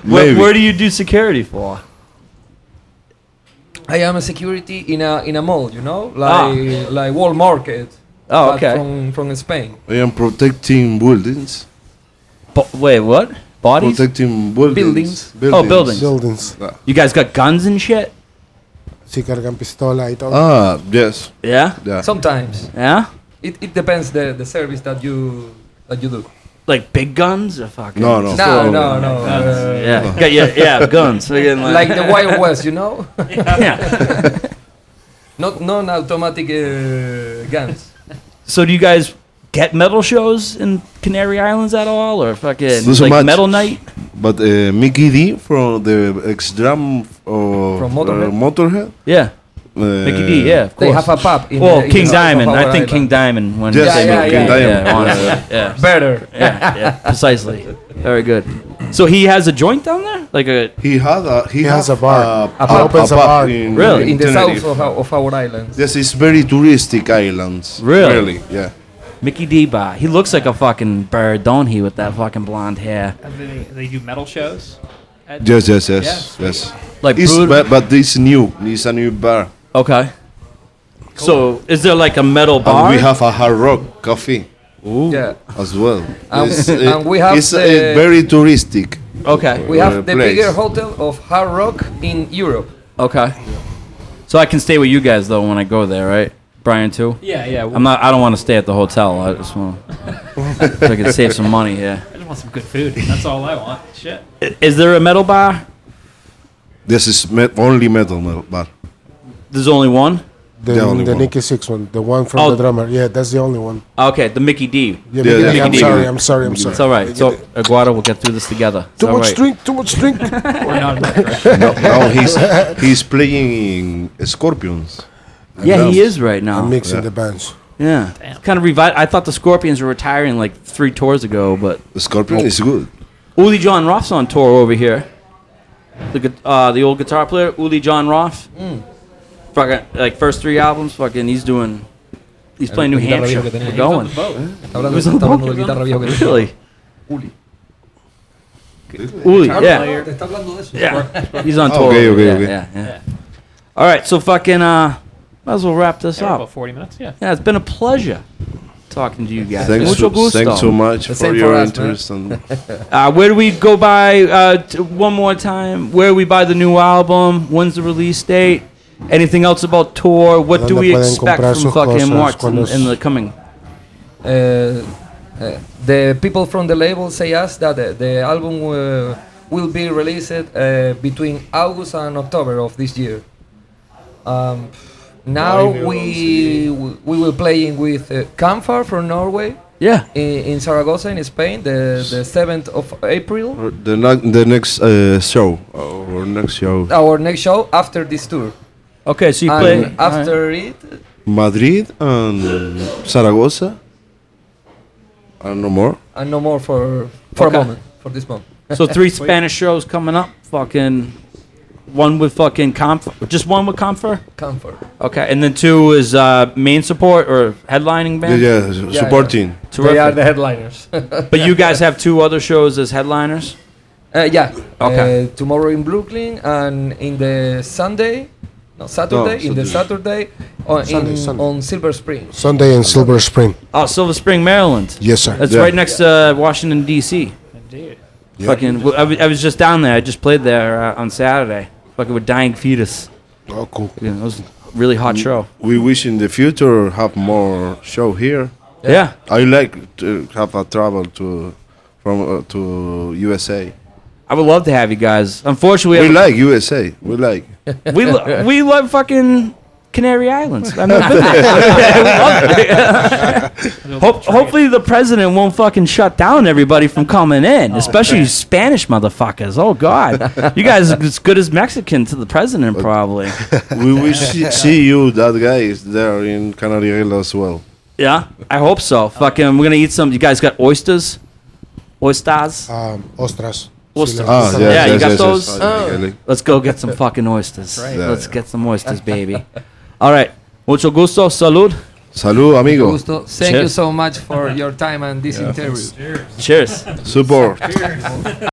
Speaker 2: where,
Speaker 4: Maybe.
Speaker 2: where do you do security for?
Speaker 6: I am a security in a in a mall, you know,
Speaker 2: Ah.
Speaker 6: like like wall market.
Speaker 2: Oh,
Speaker 6: but
Speaker 2: okay.
Speaker 6: From from Spain.
Speaker 4: I am protecting buildings.
Speaker 2: Bo- wait, what? Bodies?
Speaker 4: Protecting buildings.
Speaker 6: Buildings.
Speaker 2: Oh, buildings.
Speaker 7: Buildings.
Speaker 2: you guys got guns and shit?
Speaker 7: Sí, cargan pistola y todo.
Speaker 4: Ah, yes.
Speaker 2: Yeah?
Speaker 4: Yeah.
Speaker 6: Sometimes
Speaker 2: Yeah?
Speaker 6: it, it depends the the service that you that you do.
Speaker 2: Like big guns or fucking?
Speaker 4: No, no.
Speaker 6: No, no, no. uh,
Speaker 2: Yeah, got, yeah, yeah, guns. Fucking
Speaker 6: like the Wild West, you know,
Speaker 2: yeah.
Speaker 6: not non-automatic uh, guns.
Speaker 2: So do you guys get metal shows in Canary Islands at all, or fucking
Speaker 4: Not so
Speaker 2: like
Speaker 4: much.
Speaker 2: metal night?
Speaker 4: But uh, Mickey D from the ex drum of
Speaker 8: From Motorhead?
Speaker 4: Uh, Motorhead
Speaker 2: Yeah,
Speaker 4: uh,
Speaker 2: Mickey D. Yeah, of
Speaker 6: They
Speaker 2: course.
Speaker 6: have a pub. In
Speaker 2: well,
Speaker 6: the- in
Speaker 2: King
Speaker 6: the-
Speaker 2: Diamond.
Speaker 6: of
Speaker 2: I
Speaker 6: our
Speaker 2: think King
Speaker 6: island.
Speaker 2: Diamond. When
Speaker 4: Yes,
Speaker 2: they
Speaker 6: yeah,
Speaker 2: make-
Speaker 6: yeah,
Speaker 4: King
Speaker 6: yeah,
Speaker 4: Diamond.
Speaker 2: yeah,
Speaker 4: Yeah,
Speaker 2: honestly,
Speaker 4: yeah.
Speaker 2: yeah. Better. Yeah, yeah, precisely. Very good. So he has a joint down there, like a
Speaker 4: He had a he,
Speaker 7: He has
Speaker 4: have
Speaker 7: a bar.
Speaker 4: A,
Speaker 7: pub. Opens a bar.
Speaker 4: in,
Speaker 2: Really?
Speaker 6: in the
Speaker 4: Tenerife.
Speaker 6: south of our, of our island.
Speaker 4: Yes, it's very touristic islands.
Speaker 2: Really?
Speaker 4: Really? Yeah.
Speaker 2: Mickey D. Bar. He looks like a fucking bird, don't he? With that fucking blonde hair,
Speaker 1: And they, they do metal shows. at-
Speaker 4: Yes, yes, yes, yes.
Speaker 2: like
Speaker 4: It's,
Speaker 2: brood-
Speaker 4: but, but it's new. It's a new bar.
Speaker 2: Okay. So is there like a metal bar?
Speaker 4: And we have a hard rock coffee
Speaker 6: Yeah.
Speaker 4: as well.
Speaker 6: And-
Speaker 4: It's,
Speaker 6: and we have
Speaker 4: it's uh,
Speaker 6: the-
Speaker 4: very touristic.
Speaker 2: okay.
Speaker 6: We
Speaker 4: Uh,
Speaker 6: have the
Speaker 4: place.
Speaker 6: bigger hotel of Hard Rock in Europe.
Speaker 2: Okay. So I can stay with you guys though when I go there, right? Brian too.
Speaker 1: Yeah, yeah.
Speaker 2: I'm not. I don't want to stay at the hotel. I just want so I can save some money. Yeah.
Speaker 1: I just want some good food. That's all I want. Shit.
Speaker 2: I- Is there a metal bar?
Speaker 4: This is met, only metal now, bar.
Speaker 2: There's only one.
Speaker 7: The,
Speaker 4: The only
Speaker 7: the
Speaker 4: one.
Speaker 7: Nicky Six one, the one from
Speaker 2: Oh.
Speaker 7: the drummer. Yeah, that's the only one.
Speaker 2: Okay, the Mickey D.
Speaker 7: Yeah,
Speaker 4: Yeah,
Speaker 7: Mickey D,
Speaker 4: yeah.
Speaker 7: I'm
Speaker 2: Mickey D.
Speaker 7: sorry, I'm sorry, I'm sorry.
Speaker 2: It's all right. So Aguada, we'll get through this together. It's
Speaker 7: Too
Speaker 2: all
Speaker 7: much
Speaker 2: right. Uh-huh.
Speaker 7: drink, too much drink.
Speaker 1: Or not.
Speaker 4: No, now he's he's playing in Scorpions.
Speaker 2: Yeah, he is right now.
Speaker 7: I'm mixing
Speaker 4: Yeah.
Speaker 7: the bands.
Speaker 2: yeah. Kind of revive. I thought the Scorpions were retiring like three tours ago, but
Speaker 4: Scorpion
Speaker 2: Oh.
Speaker 4: is good.
Speaker 2: Uli John Roth's on tour over here. The gu- uh, the old guitar player Uli John Roth.
Speaker 6: Hmm.
Speaker 2: Fucking like first three albums. Fucking he's doing. He's playing New
Speaker 6: guitarra
Speaker 2: Hampshire.
Speaker 6: viejo que tenía.
Speaker 2: We're going.
Speaker 6: Está hablando,
Speaker 2: Who's on
Speaker 6: está
Speaker 2: the
Speaker 6: hablando
Speaker 2: boat?
Speaker 6: del guitarra viejo que tenía.
Speaker 2: Really. Uli, yeah,
Speaker 6: Te está hablando de eso.
Speaker 2: yeah, he's on
Speaker 4: Oh,
Speaker 2: tour.
Speaker 4: okay, okay,
Speaker 2: yeah,
Speaker 4: okay.
Speaker 2: Yeah, yeah. All right, so fucking, uh, might as well wrap this
Speaker 1: Yeah, about
Speaker 2: up.
Speaker 1: 40 minutes. Yeah.
Speaker 2: Yeah, it's been a pleasure talking to you guys.
Speaker 4: Thanks,
Speaker 2: Mucho
Speaker 4: so-
Speaker 2: gusto.
Speaker 4: thanks so much for
Speaker 6: The same
Speaker 4: your
Speaker 6: for us,
Speaker 4: interest. And
Speaker 2: Uh, where do we go by uh, t- one more time? Where do we buy the new album? When's the release date? Anything else about tour? What do
Speaker 7: ¿Dónde
Speaker 2: we
Speaker 7: pueden
Speaker 2: expect
Speaker 7: comprar
Speaker 2: from
Speaker 7: sus
Speaker 2: fucking
Speaker 7: cosas?
Speaker 2: March in,
Speaker 7: ¿Cuándo es?
Speaker 2: in the coming?
Speaker 6: uh, uh, the people from the label say us that uh, the album uh, will be released uh, between August and October of this year. Um, now we we will playing with uh, Camphor from Norway
Speaker 2: Yeah,
Speaker 6: in, in Zaragoza in Spain the the seventh of April.
Speaker 4: the ne- the next uh, show or next show
Speaker 6: Our next show after this tour,
Speaker 2: okay, so you play.
Speaker 6: and after it,
Speaker 4: Madrid and Zaragoza. And no more.
Speaker 6: and no more for for
Speaker 2: Okay.
Speaker 6: a moment for this moment.
Speaker 2: So three Spanish shows coming up. Fucking one with fucking Comfer. Just one with Comfer.
Speaker 6: Camphor.
Speaker 2: Okay, and then two is uh, main support or headlining
Speaker 4: Yeah,
Speaker 2: band.
Speaker 4: yeah, s-
Speaker 6: yeah.
Speaker 4: supporting.
Speaker 6: They are
Speaker 2: Terrific.
Speaker 6: the headliners.
Speaker 2: But you guys have two other shows as headliners.
Speaker 6: Uh, yeah.
Speaker 2: Okay.
Speaker 6: Uh, tomorrow in Brooklyn and in the Sunday, no Saturday, in the Saturday, on,
Speaker 7: Sunday,
Speaker 6: in,
Speaker 7: Sunday.
Speaker 6: on Silver Springs.
Speaker 7: Sunday in Silver Spring.
Speaker 2: Oh, Silver Spring, Maryland.
Speaker 7: Yes, sir.
Speaker 2: That's
Speaker 4: Yeah.
Speaker 2: right next to Washington D.C.
Speaker 1: Indeed.
Speaker 2: Fucking, w- I was- I was just down there. I just played there uh, on Saturday. Fucking with Dying Fetus.
Speaker 7: Oh, cool.
Speaker 2: You know, it was a really
Speaker 4: Mm.
Speaker 2: hot show.
Speaker 4: We wish in the future have more show here.
Speaker 2: Yeah.
Speaker 4: I like to have a travel to from uh, to USA.
Speaker 2: I would love to have you guys. Unfortunately,
Speaker 4: We
Speaker 2: we,
Speaker 4: like USA. We like.
Speaker 2: we, lo- we love fucking Canary Islands. I mean, I've been there. We love it. Hope, hopefully, the president won't fucking shut down everybody from coming in, especially you Spanish motherfuckers. Oh God, you guys are as good as Mexican to the president, probably.
Speaker 4: We wish see, see you that guy is there in Canary Islands as well.
Speaker 2: Yeah, I hope so. Fucking, we're gonna eat some. You guys got oysters? Oysters?
Speaker 7: Um, ostras.
Speaker 2: Ostras.
Speaker 4: Ah,
Speaker 7: Silver-
Speaker 4: yes,
Speaker 2: Yeah, you
Speaker 4: yes,
Speaker 2: got
Speaker 4: yes,
Speaker 2: those?
Speaker 4: yes.
Speaker 2: oh.
Speaker 4: I like- I like.
Speaker 2: Let's go get some fucking oysters.
Speaker 4: Yeah,
Speaker 2: Let's
Speaker 4: yeah.
Speaker 2: get some oysters, baby. All right. Mucho gusto. Salud.
Speaker 4: Salud, amigo.
Speaker 6: Gusto, thank you
Speaker 2: Cheers.
Speaker 6: so much for your time and this interview.
Speaker 2: Cheers.
Speaker 4: Support.